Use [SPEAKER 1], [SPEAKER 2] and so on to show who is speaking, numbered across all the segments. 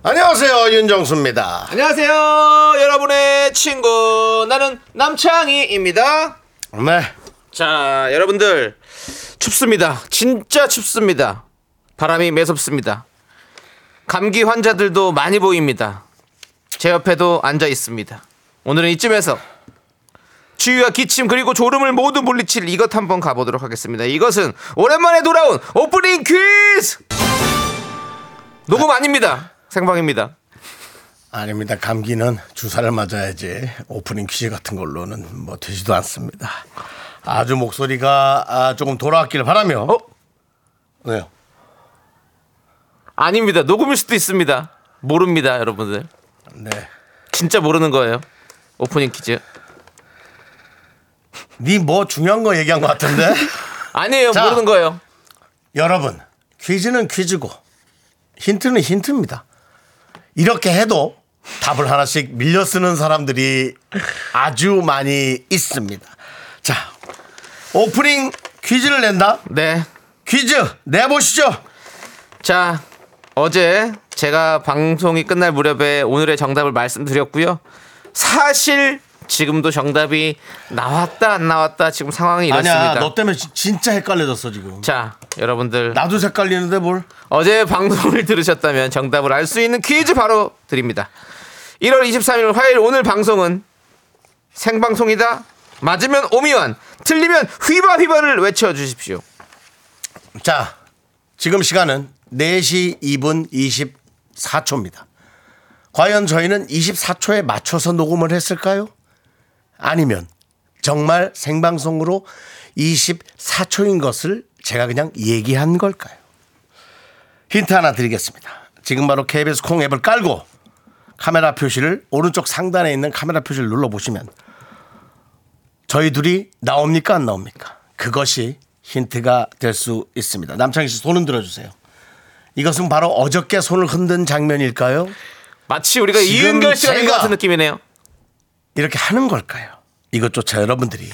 [SPEAKER 1] 안녕하세요 윤정수입니다.
[SPEAKER 2] 안녕하세요, 여러분의 친구 나는 남창희입니다.
[SPEAKER 1] 네.
[SPEAKER 2] 자, 여러분들 춥습니다. 진짜 춥습니다. 바람이 매섭습니다. 감기 환자들도 많이 보입니다. 제 옆에도 앉아 있습니다. 오늘은 이쯤에서 추위와 기침 그리고 졸음을 모두 물리칠 이것 한번 가보도록 하겠습니다. 이것은 오랜만에 돌아온 오프닝 퀴즈 녹음 아닙니다. 생방입니다.
[SPEAKER 1] 아닙니다. 감기는 주사를 맞아야지 오프닝 퀴즈 같은 걸로는 뭐 되지도 않습니다. 아주 목소리가 아, 조금 돌아왔길 바라며.
[SPEAKER 2] 어?
[SPEAKER 1] 왜요?
[SPEAKER 2] 아닙니다. 녹음일 수도 있습니다. 모릅니다, 여러분들.
[SPEAKER 1] 네.
[SPEAKER 2] 진짜 모르는 거예요. 오프닝 퀴즈.
[SPEAKER 1] 니 뭐 중요한 거 얘기한 것 같은데?
[SPEAKER 2] 아니에요,
[SPEAKER 1] 자.
[SPEAKER 2] 모르는 거예요.
[SPEAKER 1] 여러분 퀴즈는 퀴즈고 힌트는 힌트입니다. 이렇게 해도 답을 하나씩 밀려 쓰는 사람들이 아주 많이 있습니다. 자 오프닝 퀴즈를 낸다.
[SPEAKER 2] 네.
[SPEAKER 1] 퀴즈 내보시죠.
[SPEAKER 2] 자, 어제 제가 방송이 끝날 무렵에 오늘의 정답을 말씀드렸고요. 사실 지금도 정답이 나왔다 안 나왔다 지금 상황이 이렇습니다.
[SPEAKER 1] 아니야 너 때문에 지- 진짜 헷갈려졌어 지금.
[SPEAKER 2] 자, 여러분들
[SPEAKER 1] 나도 헷갈리는데 뭘?
[SPEAKER 2] 어제 방송을 들으셨다면 정답을 알 수 있는 퀴즈 바로 드립니다. 1월 23일 화요일 오늘 방송은 생방송이다. 맞으면 오미완, 틀리면 휘바휘바를 외쳐주십시오.
[SPEAKER 1] 자 지금 시간은 4시 2분 24초입니다. 과연 저희는 24초에 맞춰서 녹음을 했을까요? 아니면 정말 생방송으로 24초인 것을 제가 그냥 얘기한 걸까요? 힌트 하나 드리겠습니다. 지금 바로 KBS 콩 앱을 깔고 카메라 표시를 오른쪽 상단에 있는 카메라 표시를 눌러 보시면 저희 둘이 나옵니까 안 나옵니까? 그것이 힌트가 될 수 있습니다. 남창희 씨 손 흔들어 주세요. 이것은 바로 어저께 손을 흔든 장면일까요?
[SPEAKER 2] 마치 우리가
[SPEAKER 1] 지금
[SPEAKER 2] 이은결 씨가 된것
[SPEAKER 1] 제가-
[SPEAKER 2] 같은 느낌이네요.
[SPEAKER 1] 이렇게 하는 걸까요? 이것조차 여러분들이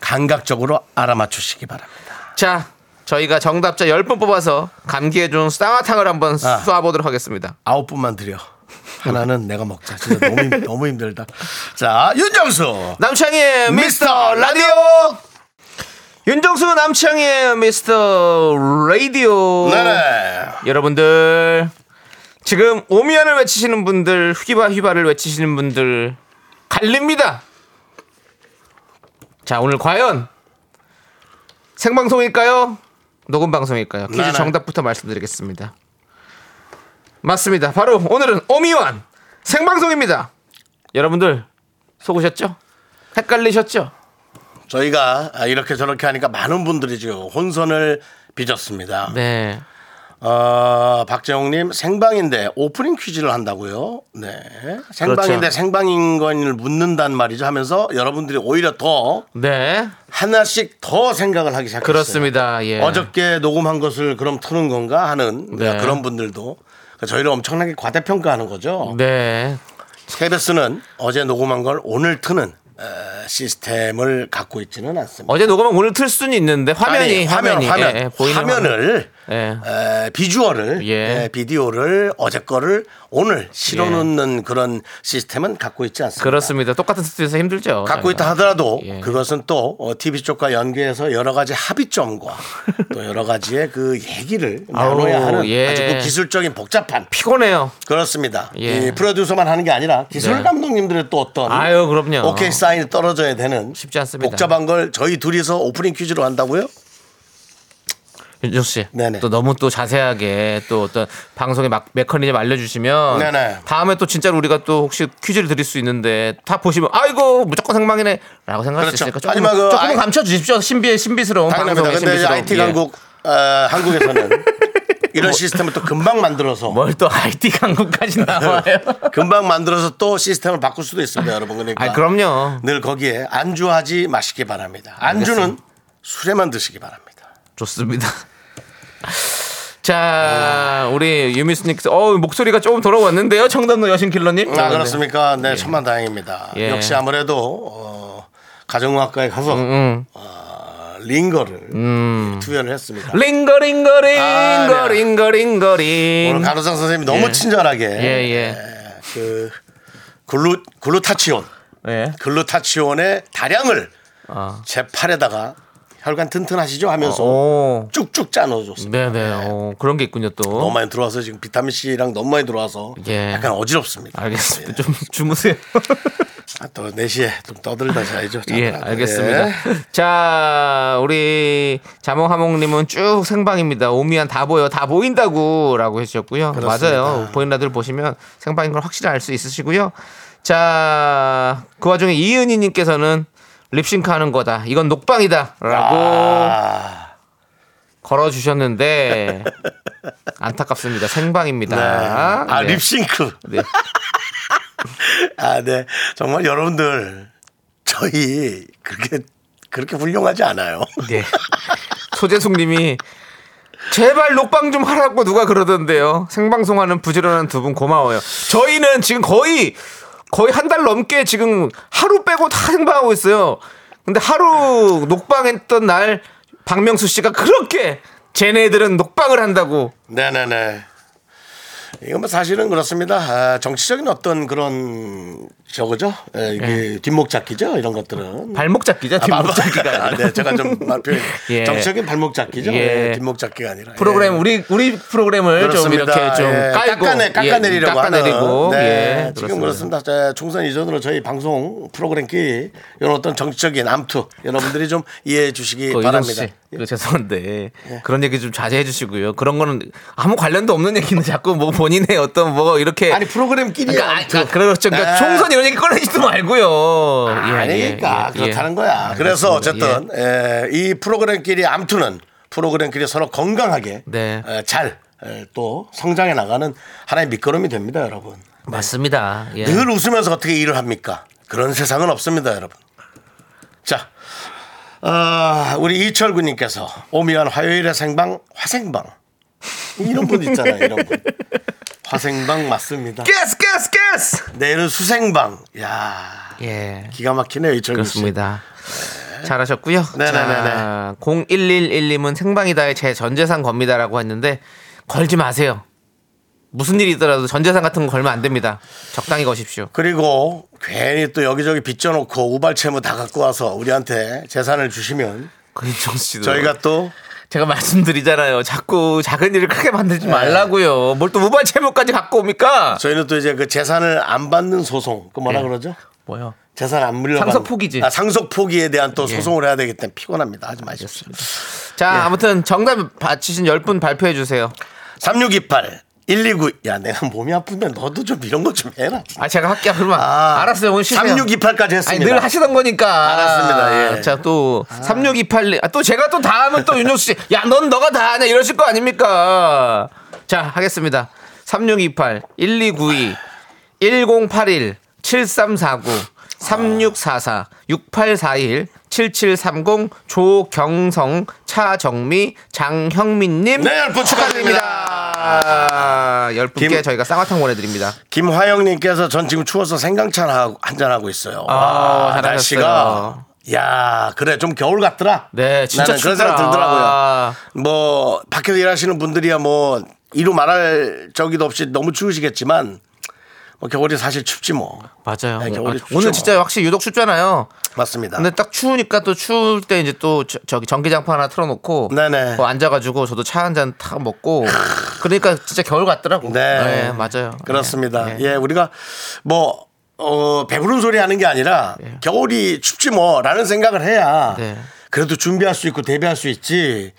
[SPEAKER 1] 감각적으로 알아맞추시기 바랍니다.
[SPEAKER 2] 자, 저희가 정답자 10번 뽑아서 감기에 좋은 쌍화탕을 한번
[SPEAKER 1] 아.
[SPEAKER 2] 쏴보도록 하겠습니다.
[SPEAKER 1] 아홉 분만 드려. 하나는 내가 먹자. 진짜 너무, 힘- 너무 힘들다. 자, 윤정수.
[SPEAKER 2] 남창희의 미스터 라디오! 윤정수 남창희의 미스터 라디오!
[SPEAKER 1] 네네.
[SPEAKER 2] 여러분들 지금 오미안을 외치시는 분들 휘바 휘바를 외치시는 분들 갈립니다. 자 오늘 과연 생방송일까요? 녹음 방송일까요? 퀴즈
[SPEAKER 1] 네네.
[SPEAKER 2] 정답부터 말씀드리겠습니다. 맞습니다. 바로 오늘은 오미완 생방송입니다. 여러분들 속으셨죠? 헷갈리셨죠?
[SPEAKER 1] 저희가 이렇게 저렇게 하니까 많은 분들이 지금 혼선을 빚었습니다.
[SPEAKER 2] 네.
[SPEAKER 1] 어, 박재홍님 생방인데 오프닝 퀴즈를 한다고요? 네. 생방인데
[SPEAKER 2] 그렇죠.
[SPEAKER 1] 생방인 건을 묻는단 말이죠 하면서 여러분들이 오히려 더
[SPEAKER 2] 네.
[SPEAKER 1] 하나씩 더 생각을 하기 시작했어요.
[SPEAKER 2] 그렇습니다. 예.
[SPEAKER 1] 어저께 녹음한 것을 그럼 트는 건가 하는 그러니까
[SPEAKER 2] 네.
[SPEAKER 1] 그런 분들도 그러니까 저희를 엄청나게 과대평가하는 거죠.
[SPEAKER 2] 네.
[SPEAKER 1] KBS는 어제 녹음한 걸 오늘 트는 에, 시스템을 갖고 있지는 않습니다.
[SPEAKER 2] 어제 녹음은 오늘 틀 수는 있는데 화면이
[SPEAKER 1] 아니, 화면,
[SPEAKER 2] 화면이
[SPEAKER 1] 화면,
[SPEAKER 2] 예, 예, 보이는
[SPEAKER 1] 화면을
[SPEAKER 2] 화면.
[SPEAKER 1] 에, 비주얼을
[SPEAKER 2] 예.
[SPEAKER 1] 에, 비디오를 어제 거를 오늘 실어
[SPEAKER 2] 예.
[SPEAKER 1] 놓는 그런 시스템은 갖고 있지 않습니다.
[SPEAKER 2] 그렇습니다. 똑같은 스튜디오에서 힘들죠.
[SPEAKER 1] 갖고
[SPEAKER 2] 저희가.
[SPEAKER 1] 있다 하더라도
[SPEAKER 2] 예.
[SPEAKER 1] 그것은 또 어, TV 쪽과 연계해서 여러 가지 합의점과 또 여러 가지의 그 얘기를
[SPEAKER 2] 아우,
[SPEAKER 1] 나눠야 하는
[SPEAKER 2] 예.
[SPEAKER 1] 아주 그 기술적인 복잡한
[SPEAKER 2] 피곤해요.
[SPEAKER 1] 그렇습니다.
[SPEAKER 2] 예.
[SPEAKER 1] 이 프로듀서만 하는 게 아니라 기술
[SPEAKER 2] 네.
[SPEAKER 1] 감독님들의 또 어떤
[SPEAKER 2] 아유, 그럼요.
[SPEAKER 1] 오케이 사인이 떨어져야 되는
[SPEAKER 2] 쉽지 않습니다.
[SPEAKER 1] 복잡한 걸 저희 둘이서 오프닝 퀴즈로 한다고요?
[SPEAKER 2] 윤정 씨.
[SPEAKER 1] 네네.
[SPEAKER 2] 또 너무 또 자세하게 또 어떤 방송의 막 메커니즘 알려주시면
[SPEAKER 1] 네네.
[SPEAKER 2] 다음에 또 진짜로 우리가 또 혹시 퀴즈를 드릴 수 있는데 다 보시면 아이고 무조건 생방이네라고 생각할
[SPEAKER 1] 그렇죠.
[SPEAKER 2] 수 있으니까 조금
[SPEAKER 1] 하지만 그
[SPEAKER 2] 조금
[SPEAKER 1] 아이-
[SPEAKER 2] 감춰 주십시오. 신비 신비스러운 예.
[SPEAKER 1] 당연합니다.
[SPEAKER 2] 아, 방송의
[SPEAKER 1] 근데 이제
[SPEAKER 2] 신비스러운.
[SPEAKER 1] IT
[SPEAKER 2] 예.
[SPEAKER 1] 강국 어, 한국에서는 아, 이런 시스템을 또 금방 만들어서
[SPEAKER 2] 뭘 또 IT 강국까지 나와요?
[SPEAKER 1] 금방 만들어서 또 시스템을 바꿀 수도 있습니다, 여러분. 그러니까
[SPEAKER 2] 아 그럼요.
[SPEAKER 1] 늘 거기에 안주하지 마시기 바랍니다. 안주는 술에만 드시기 바랍니다.
[SPEAKER 2] 좋습니다. 자, 우리 유미수님께서 어 목소리가 조금 돌아왔는데요, 청담동 여신 킬러님.
[SPEAKER 1] 아 그렇습니까? 네, 천만 다행입니다.
[SPEAKER 2] 예.
[SPEAKER 1] 역시 아무래도 어, 가정의학과에 가서
[SPEAKER 2] 음,
[SPEAKER 1] 어, 링거를 투여를 했습니다.
[SPEAKER 2] 링거링거링
[SPEAKER 1] 아, 네. 오늘
[SPEAKER 2] 거링거링거링.
[SPEAKER 1] 간호사 선생님이 너무
[SPEAKER 2] 예.
[SPEAKER 1] 친절하게
[SPEAKER 2] 예예.
[SPEAKER 1] 예, 그 글루 글루타치온
[SPEAKER 2] 예.
[SPEAKER 1] 글루타치온의 다량을
[SPEAKER 2] 아.
[SPEAKER 1] 제 팔에다가 혈관 튼튼하시죠 하면서
[SPEAKER 2] 오.
[SPEAKER 1] 쭉쭉 짜
[SPEAKER 2] 음.
[SPEAKER 1] 넣어줬습니다.
[SPEAKER 2] 네네. 오, 그런 게 있군요 또.
[SPEAKER 1] 너무 많이 들어와서 지금 비타민 C랑 너무 많이 들어와서
[SPEAKER 2] 예.
[SPEAKER 1] 약간 어지럽습니다.
[SPEAKER 2] 알겠습니다. 좀 주무세요.
[SPEAKER 1] 아, 또 4시에 좀 떠들다 자야죠.
[SPEAKER 2] 예,
[SPEAKER 1] 자들아.
[SPEAKER 2] 알겠습니다.
[SPEAKER 1] 예.
[SPEAKER 2] 자, 우리 자몽하몽님은 쭉 생방입니다. 오미안 다 보여, 다 보인다고라고 해주셨고요.
[SPEAKER 1] 그렇습니다.
[SPEAKER 2] 맞아요. 보인 라들 보시면 생방인 걸 확실히 알 수 있으시고요. 자, 그 와중에 이은희님께서는 립싱크하는 거다. 이건 녹방이다라고
[SPEAKER 1] 아,
[SPEAKER 2] 걸어주셨는데 안타깝습니다. 생방입니다.
[SPEAKER 1] 네. 아,
[SPEAKER 2] 네.
[SPEAKER 1] 립싱크.
[SPEAKER 2] 네.
[SPEAKER 1] 아, 네. 정말 여러분들, 저희 그렇게, 그렇게 훌륭하지 않아요.
[SPEAKER 2] 네. 소재숙님이 제발 녹방 좀 하라고 누가 그러던데요. 생방송하는 부지런한 두 분 고마워요. 저희는 지금 거의 거의 한 달 넘게 지금 하루 빼고 다 생방하고 있어요. 근데 하루 녹방했던 날 박명수 씨가 그렇게 쟤네들은 녹방을 한다고
[SPEAKER 1] 네네네. 이거 뭐 사실은 그렇습니다. 아, 정치적인 어떤 그런 저거죠. 예, 이게 뒷목 잡기죠. 이런 것들은.
[SPEAKER 2] 발목 잡기죠. 뒷목 잡기가
[SPEAKER 1] 아,
[SPEAKER 2] 아니라.
[SPEAKER 1] 네, 제가 좀 말 표현.
[SPEAKER 2] 예.
[SPEAKER 1] 정치적인 발목 잡기죠.
[SPEAKER 2] 예.
[SPEAKER 1] 예, 뒷목 잡기가 아니라.
[SPEAKER 2] 프로그램
[SPEAKER 1] 예.
[SPEAKER 2] 우리 우리 프로그램을 좀
[SPEAKER 1] 그렇습니다.
[SPEAKER 2] 이렇게 좀
[SPEAKER 1] 예,
[SPEAKER 2] 깔고
[SPEAKER 1] 깎아내, 깎아내리려고
[SPEAKER 2] 예, 깎아내리고
[SPEAKER 1] 하는. 네,
[SPEAKER 2] 예,
[SPEAKER 1] 지금 그렇습니다. 자, 총선 이전으로 저희 방송 프로그램끼리 이런 어떤 정치적인 암투 여러분들이 좀 이해해 주시기
[SPEAKER 2] 그 이정
[SPEAKER 1] 예, 바랍니다. 예.
[SPEAKER 2] 씨, 그 죄송한데 그런 얘기 좀 자제해 주시고요. 그런 거는 아무 관련도 없는 얘기는 자꾸 뭐 본인의 어떤 뭐 이렇게
[SPEAKER 1] 아니 프로그램끼리
[SPEAKER 2] 그러니까, 아,
[SPEAKER 1] 암투.
[SPEAKER 2] 그러니까 그렇죠. 그러니까
[SPEAKER 1] 네.
[SPEAKER 2] 총선 이런 얘기 꺼내지도 말고요. 예, 예,
[SPEAKER 1] 아니니까
[SPEAKER 2] 예, 예.
[SPEAKER 1] 그렇다는 거야. 그래서
[SPEAKER 2] 알겠습니다. 예.
[SPEAKER 1] 어쨌든 에, 이 프로그램끼리 암투는 프로그램끼리 서로 건강하게
[SPEAKER 2] 네.
[SPEAKER 1] 에, 잘. 에, 또 성장해 나가는 하나의 밑거름이 됩니다, 여러분.
[SPEAKER 2] 예. 맞습니다. 예.
[SPEAKER 1] 늘 웃으면서 어떻게 일을 합니까? 그런 세상은 없습니다, 여러분. 자, 아, 우리 이철구님께서 오미안 화요일에 생방 화생방 이런 분 있잖아요, 이런 분. 화생방 맞습니다.
[SPEAKER 2] 가스 가스 가스.
[SPEAKER 1] 내일은 수생방. 야,
[SPEAKER 2] 예.
[SPEAKER 1] 기가 막히네요, 이철구 씨.
[SPEAKER 2] 그렇습니다. 잘하셨고요.
[SPEAKER 1] 네. 네네네네.
[SPEAKER 2] 자, 0111님은 생방이다의 제 전재산 겁니다라고 했는데 걸지 마세요. 무슨 일이 있더라도 전재산 같은 거 걸면 안 됩니다. 적당히 거십시오.
[SPEAKER 1] 그리고 괜히 또 여기저기 빚져놓고 우발채무 다 갖고 와서 우리한테 재산을 주시면
[SPEAKER 2] 그정 씨도
[SPEAKER 1] 저희가 또
[SPEAKER 2] 제가 말씀드리잖아요. 자꾸 작은 일을 크게 만들지 말라고요. 뭘 또 무반 채무까지 갖고 옵니까?
[SPEAKER 1] 저희는 또 이제 그 재산을 안 받는 소송 그 뭐라
[SPEAKER 2] 예.
[SPEAKER 1] 그러죠?
[SPEAKER 2] 뭐요?
[SPEAKER 1] 재산 안 물려
[SPEAKER 2] 상속 포기지. 예.
[SPEAKER 1] 아, 상속 포기에 대한 또 소송을 해야 되기 때문에 피곤합니다. 하지 마십시오.
[SPEAKER 2] 자, 아무튼 정답 맞히신 10분 발표해 주세요.
[SPEAKER 1] 3628 129. 야, 내가 몸이 아프면 너도 좀 이런 거 좀 해라.
[SPEAKER 2] 아, 제가 할게요. 그러면
[SPEAKER 1] 아.
[SPEAKER 2] 알았어요. 오늘 쉬세요.
[SPEAKER 1] 3628까지
[SPEAKER 2] 아니,
[SPEAKER 1] 했습니다.
[SPEAKER 2] 늘 하시던 거니까.
[SPEAKER 1] 알았습니다. 예.
[SPEAKER 2] 자, 또, 3628, 아, 또 제가 또 다 하면 또 윤정수 씨, 야, 넌 너가 다 하냐, 이러실 거 아닙니까? 자, 하겠습니다. 3628, 1292, 1081, 7349, 3644, 6841, 7730, 조경성, 차정미, 장형민님.
[SPEAKER 1] 네, 열분 축하드립니다.
[SPEAKER 2] 아, 10분께
[SPEAKER 1] 김-
[SPEAKER 2] 저희가 쌍화탕 보내드립니다.
[SPEAKER 1] 김화영 님께서 전 지금 추워서 생강차 하고- 한잔하고 있어요.
[SPEAKER 2] 아, 잘하셨어요.
[SPEAKER 1] 날씨가 야, 그래 좀 겨울 같더라.
[SPEAKER 2] 네, 진짜
[SPEAKER 1] 나는 그런
[SPEAKER 2] 춥더라.
[SPEAKER 1] 생각 들더라고요.
[SPEAKER 2] 아.
[SPEAKER 1] 뭐 밖에서 일하시는 분들이야 뭐 이루 말할 적이도 없이 너무 추우시겠지만 뭐 겨울이 사실 춥지 뭐.
[SPEAKER 2] 맞아요.
[SPEAKER 1] 네, 겨울이
[SPEAKER 2] 아,
[SPEAKER 1] 춥죠.
[SPEAKER 2] 오늘 진짜 확실히 유독 춥잖아요.
[SPEAKER 1] 맞습니다.
[SPEAKER 2] 근데 딱 추우니까 또 추울 때 이제 또 저, 저기 전기장판 하나 틀어놓고
[SPEAKER 1] 네네.
[SPEAKER 2] 그거 앉아가지고 저도 차 한 잔 탁 먹고 그러니까 진짜 겨울 같더라고.
[SPEAKER 1] 네.
[SPEAKER 2] 맞아요.
[SPEAKER 1] 그렇습니다.
[SPEAKER 2] 네, 네.
[SPEAKER 1] 예, 우리가 뭐, 어, 배부른 소리 하는 게 아니라 겨울이 춥지 뭐라는 생각을 해야
[SPEAKER 2] 예. 네.
[SPEAKER 1] 그래도 준비할 수 있고 대비할 수 있지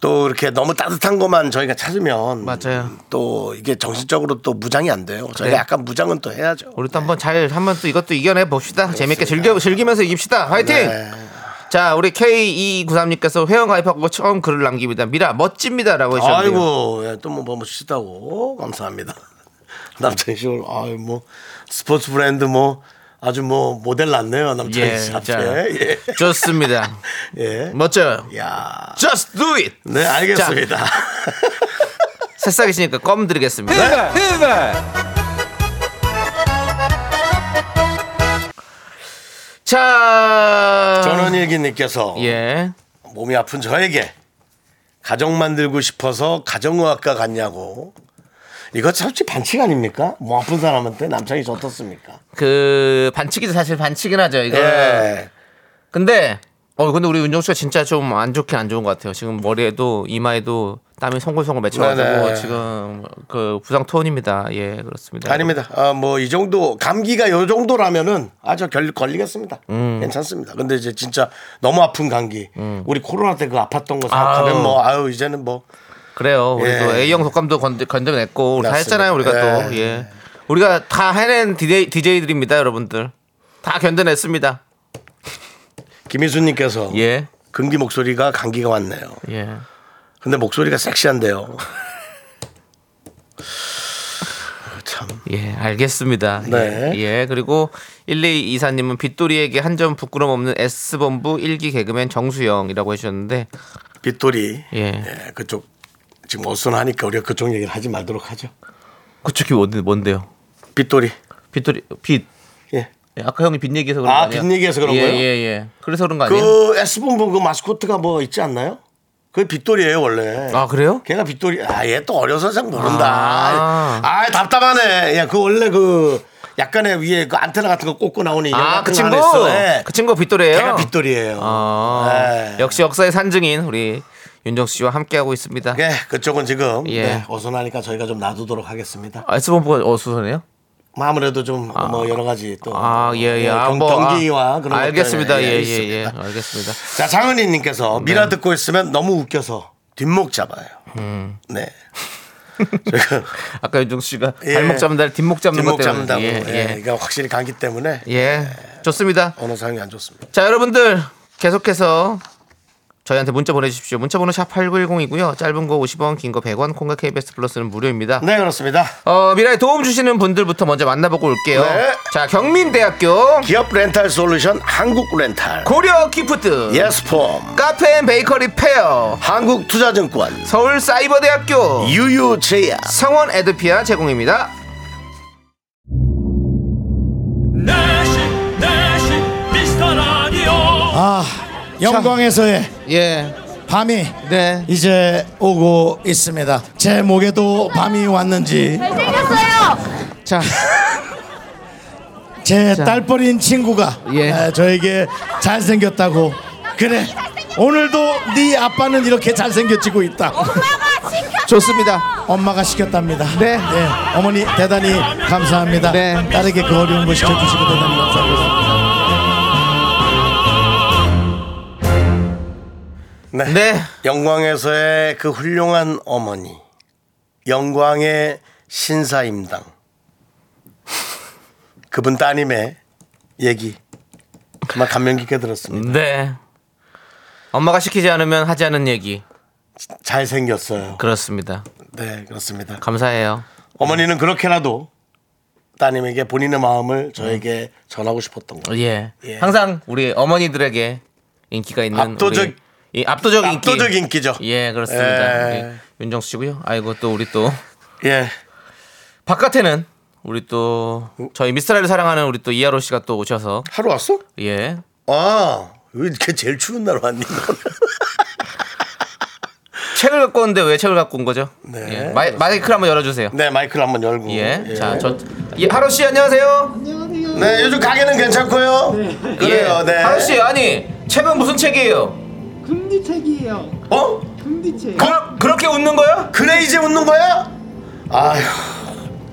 [SPEAKER 1] 또 이렇게 너무 따뜻한 것만 저희가 찾으면
[SPEAKER 2] 맞아요. 네.
[SPEAKER 1] 또 이게 정신적으로 또 무장이 안 돼요. 저희가
[SPEAKER 2] 그래요.
[SPEAKER 1] 약간 무장은 또 해야죠.
[SPEAKER 2] 우리 또 한번 잘 한번 또 이것도 이겨내 봅시다. 재밌게 즐겨 즐기면서 이깁시다. 화이팅!
[SPEAKER 1] 네.
[SPEAKER 2] 자, 우리 K2293님께서 회원 가입하고 처음 글을 남깁니다. 미라, 멋집니다라고 해주셨네요.
[SPEAKER 1] 아이고 또뭐 뭐 멋있다고 감사합니다. 남창희 씨 오늘 아유 뭐 스포츠 브랜드 뭐 아주 뭐 모델 났네요 남창희
[SPEAKER 2] 예, 자.
[SPEAKER 1] 씨한테
[SPEAKER 2] 좋습니다.
[SPEAKER 1] 예. 예.
[SPEAKER 2] 멋져요.
[SPEAKER 1] 야.
[SPEAKER 2] Just do it!
[SPEAKER 1] 네 알겠습니다.
[SPEAKER 2] 새싹이시니까 껌 드리겠습니다. 자,
[SPEAKER 1] 전원일기님께서
[SPEAKER 2] 예.
[SPEAKER 1] 몸이 아픈 저에게 가정 만들고 싶어서 가정의학과 갔냐고 이거 솔직히 반칙 아닙니까? 몸 아픈 사람한테 남창희 씨 어떻습니까?
[SPEAKER 2] 그 반칙이죠 사실 반칙이긴 하죠 이거.
[SPEAKER 1] 예.
[SPEAKER 2] 근데 어 근데 우리 윤정 씨가 진짜 좀 안 좋긴 안 좋은 것 같아요. 지금 머리에도 이마에도 땀이 송골송골 맺혀가지고
[SPEAKER 1] 네네.
[SPEAKER 2] 지금 그 부상 투혼입니다. 예 그렇습니다.
[SPEAKER 1] 아닙니다. 아, 뭐 이 정도 감기가 요 정도라면은 아주 결 걸리겠습니다.
[SPEAKER 2] 음.
[SPEAKER 1] 괜찮습니다. 근데 이제 진짜 너무 아픈 감기. 우리 코로나 때 그 아팠던 거 생각하면
[SPEAKER 2] 아우.
[SPEAKER 1] 뭐 아유 이제는 뭐
[SPEAKER 2] 그래요. 우리
[SPEAKER 1] 예.
[SPEAKER 2] 도 A형 독감도 건드, 건드냈고 우리 다 했잖아요. 우리가
[SPEAKER 1] 맞습니다.
[SPEAKER 2] 또
[SPEAKER 1] 예.
[SPEAKER 2] 예. 우리가 다 해낸 DJ, DJ들입니다, 여러분들. 다 견뎌냈습니다.
[SPEAKER 1] 김희수님께서
[SPEAKER 2] 예.
[SPEAKER 1] 근기 목소리가 감기가 왔네요.
[SPEAKER 2] 예.
[SPEAKER 1] 근데 목소리가 섹시한데요. 참.
[SPEAKER 2] 예, 알겠습니다.
[SPEAKER 1] 네.
[SPEAKER 2] 예, 예, 그리고 1224님은 빗돌이에게 한 점 부끄럼 없는 S본부 일기 개그맨 정수영이라고 해주셨는데,
[SPEAKER 1] 빗돌이
[SPEAKER 2] 예.
[SPEAKER 1] 예, 그쪽 지금 어수선하니까 우리가 그쪽 얘기를 하지 말도록 하죠.
[SPEAKER 2] 그쪽이 뭔데, 뭔데요?
[SPEAKER 1] 빗돌이
[SPEAKER 2] 빗돌이, 빗.
[SPEAKER 1] 예.
[SPEAKER 2] 예, 아까 형이 빗 얘기해서 그런
[SPEAKER 1] 아,
[SPEAKER 2] 거 아니에요?
[SPEAKER 1] 빗 얘기해서 그런
[SPEAKER 2] 예,
[SPEAKER 1] 거예요?
[SPEAKER 2] 예, 예. 그래서 그런 거 아니에요?
[SPEAKER 1] 그 S본부 그 마스코트가 뭐 있지 않나요? 그게 빗돌이에요 원래.
[SPEAKER 2] 아, 그래요?
[SPEAKER 1] 걔가 빗돌이 아 얘 또 어려서 잘 모른다.
[SPEAKER 2] 아.
[SPEAKER 1] 아, 답답하네. 야 그 원래 그 약간의 위에 그 안테나 같은 거 꽂고 나오는 인형
[SPEAKER 2] 아,
[SPEAKER 1] 같은 거
[SPEAKER 2] 그 친구?
[SPEAKER 1] 안에 있어. 예.
[SPEAKER 2] 그 친구 빗돌이에요?
[SPEAKER 1] 걔가 빗돌이에요.
[SPEAKER 2] 아,
[SPEAKER 1] 예.
[SPEAKER 2] 역시 역사의 산증인 우리 윤정수 씨와 함께하고 있습니다.
[SPEAKER 1] 예, 그쪽은 지금
[SPEAKER 2] 예.
[SPEAKER 1] 네, 어선하니까 저희가 좀 놔두도록 하겠습니다.
[SPEAKER 2] 아, S본부가 어수선해요?
[SPEAKER 1] 뭐 아무래도 좀 뭐 여러 가지 또
[SPEAKER 2] 아, 예, 예. 아,
[SPEAKER 1] 경,
[SPEAKER 2] 뭐, 아,
[SPEAKER 1] 경기와 그런 것들.
[SPEAKER 2] 알겠습니다.
[SPEAKER 1] 예,
[SPEAKER 2] 예, 네. 예,
[SPEAKER 1] 있습니다.
[SPEAKER 2] 예. 알겠습니다.
[SPEAKER 1] 자 장은희님께서 미라 듣고 있으면 너무 웃겨서 뒷목 잡아요.
[SPEAKER 2] 음.
[SPEAKER 1] 네. 제가
[SPEAKER 2] 아까 윤정수 씨가
[SPEAKER 1] 예.
[SPEAKER 2] 발목 잡는다 뒷목 잡는 것
[SPEAKER 1] 뒷목
[SPEAKER 2] 때문에
[SPEAKER 1] 잡는다고.
[SPEAKER 2] 예,
[SPEAKER 1] 예,
[SPEAKER 2] 예.
[SPEAKER 1] 그러니까 확실히 감기 때문에
[SPEAKER 2] 예. 좋습니다.
[SPEAKER 1] 언어 사용이 안 좋습니다.
[SPEAKER 2] 자, 여러분들 계속해서 저희한테 문자 보내 주십시오. 문자 번호 샵 8910이고요. 짧은 거 50원, 긴 거 100원, 콩과 KBS 플러스는 무료입니다.
[SPEAKER 1] 네 그렇습니다.
[SPEAKER 2] 어, 미라에 도움 주시는 분들부터 먼저 만나보고 올게요.
[SPEAKER 1] 네.
[SPEAKER 2] 자, 경민대학교
[SPEAKER 1] 기업 렌탈 솔루션 한국 렌탈
[SPEAKER 2] 고려 기프트
[SPEAKER 1] 예스폼
[SPEAKER 2] 카페 앤 베이커리 페어
[SPEAKER 1] 한국투자증권
[SPEAKER 2] 서울 사이버대학교
[SPEAKER 1] 유유제약
[SPEAKER 2] 성원 에드피아 제공입니다.
[SPEAKER 3] 내시 내시 미스터 라디오
[SPEAKER 4] 아, 영광에서의
[SPEAKER 2] 예.
[SPEAKER 4] 밤이
[SPEAKER 2] 네.
[SPEAKER 4] 이제 오고 있습니다. 제 목에도 밤이 왔는지
[SPEAKER 2] 자,
[SPEAKER 4] 제 딸버린 친구가
[SPEAKER 2] 예.
[SPEAKER 4] 에, 저에게 잘생겼다고 그래 오늘도 네 아빠는 이렇게 잘생겨지고 있다.
[SPEAKER 2] 좋습니다.
[SPEAKER 4] 엄마가 시켰답니다.
[SPEAKER 2] 네.
[SPEAKER 4] 어머니 대단히 감사합니다.
[SPEAKER 2] 네.
[SPEAKER 4] 딸에게 그 어려운 거 시켜주시고 대단히 감사합니다.
[SPEAKER 2] 네.
[SPEAKER 1] 영광에서의 그 훌륭한 어머니 영광의 신사임당 그분 따님의 얘기 정말 감명 깊게 들었습니다.
[SPEAKER 2] 네. 엄마가 시키지 않으면 하지 않은 얘기.
[SPEAKER 1] 잘생겼어요.
[SPEAKER 2] 그렇습니다.
[SPEAKER 1] 네 그렇습니다.
[SPEAKER 2] 감사해요.
[SPEAKER 1] 어머니는 그렇게라도 따님에게 본인의 마음을 저에게 전하고 싶었던 거예요.
[SPEAKER 2] 예.
[SPEAKER 1] 예.
[SPEAKER 2] 항상 우리 어머니들에게 인기가 있는
[SPEAKER 1] 압도적-
[SPEAKER 2] 우리- 이 압도적 인기.
[SPEAKER 1] 압도적 인기죠.
[SPEAKER 2] 예, 그렇습니다.
[SPEAKER 1] 예.
[SPEAKER 2] 우리 윤정수 씨고요. 아이고 또 우리 또
[SPEAKER 1] 예.
[SPEAKER 2] 바깥에는 우리 또 저희 미스라를 사랑하는 우리 또 이하로 씨가 또 오셔서
[SPEAKER 1] 하루 왔어?
[SPEAKER 2] 예.
[SPEAKER 1] 아, 왜 이렇게 제일 추운 날 왔니?
[SPEAKER 2] 책을 갖고 온데 왜 책을 갖고 온 거죠?
[SPEAKER 1] 네,
[SPEAKER 2] 예. 마이, 마이크를 한번 열어 주세요.
[SPEAKER 1] 네, 마이크를 한번 열고.
[SPEAKER 2] 예. 자, 저 예, 하로 씨 안녕하세요.
[SPEAKER 1] 네, 요즘 가게는 괜찮고요. 그래요,
[SPEAKER 2] 예.
[SPEAKER 1] 네.
[SPEAKER 2] 하로 씨 아니, 책은 무슨 책이에요?
[SPEAKER 5] 금리책이에요.
[SPEAKER 1] 어?
[SPEAKER 5] 금리책.
[SPEAKER 2] 그러, 그렇게 웃는 거요?
[SPEAKER 1] 그래 이제 웃는 거야? 아휴,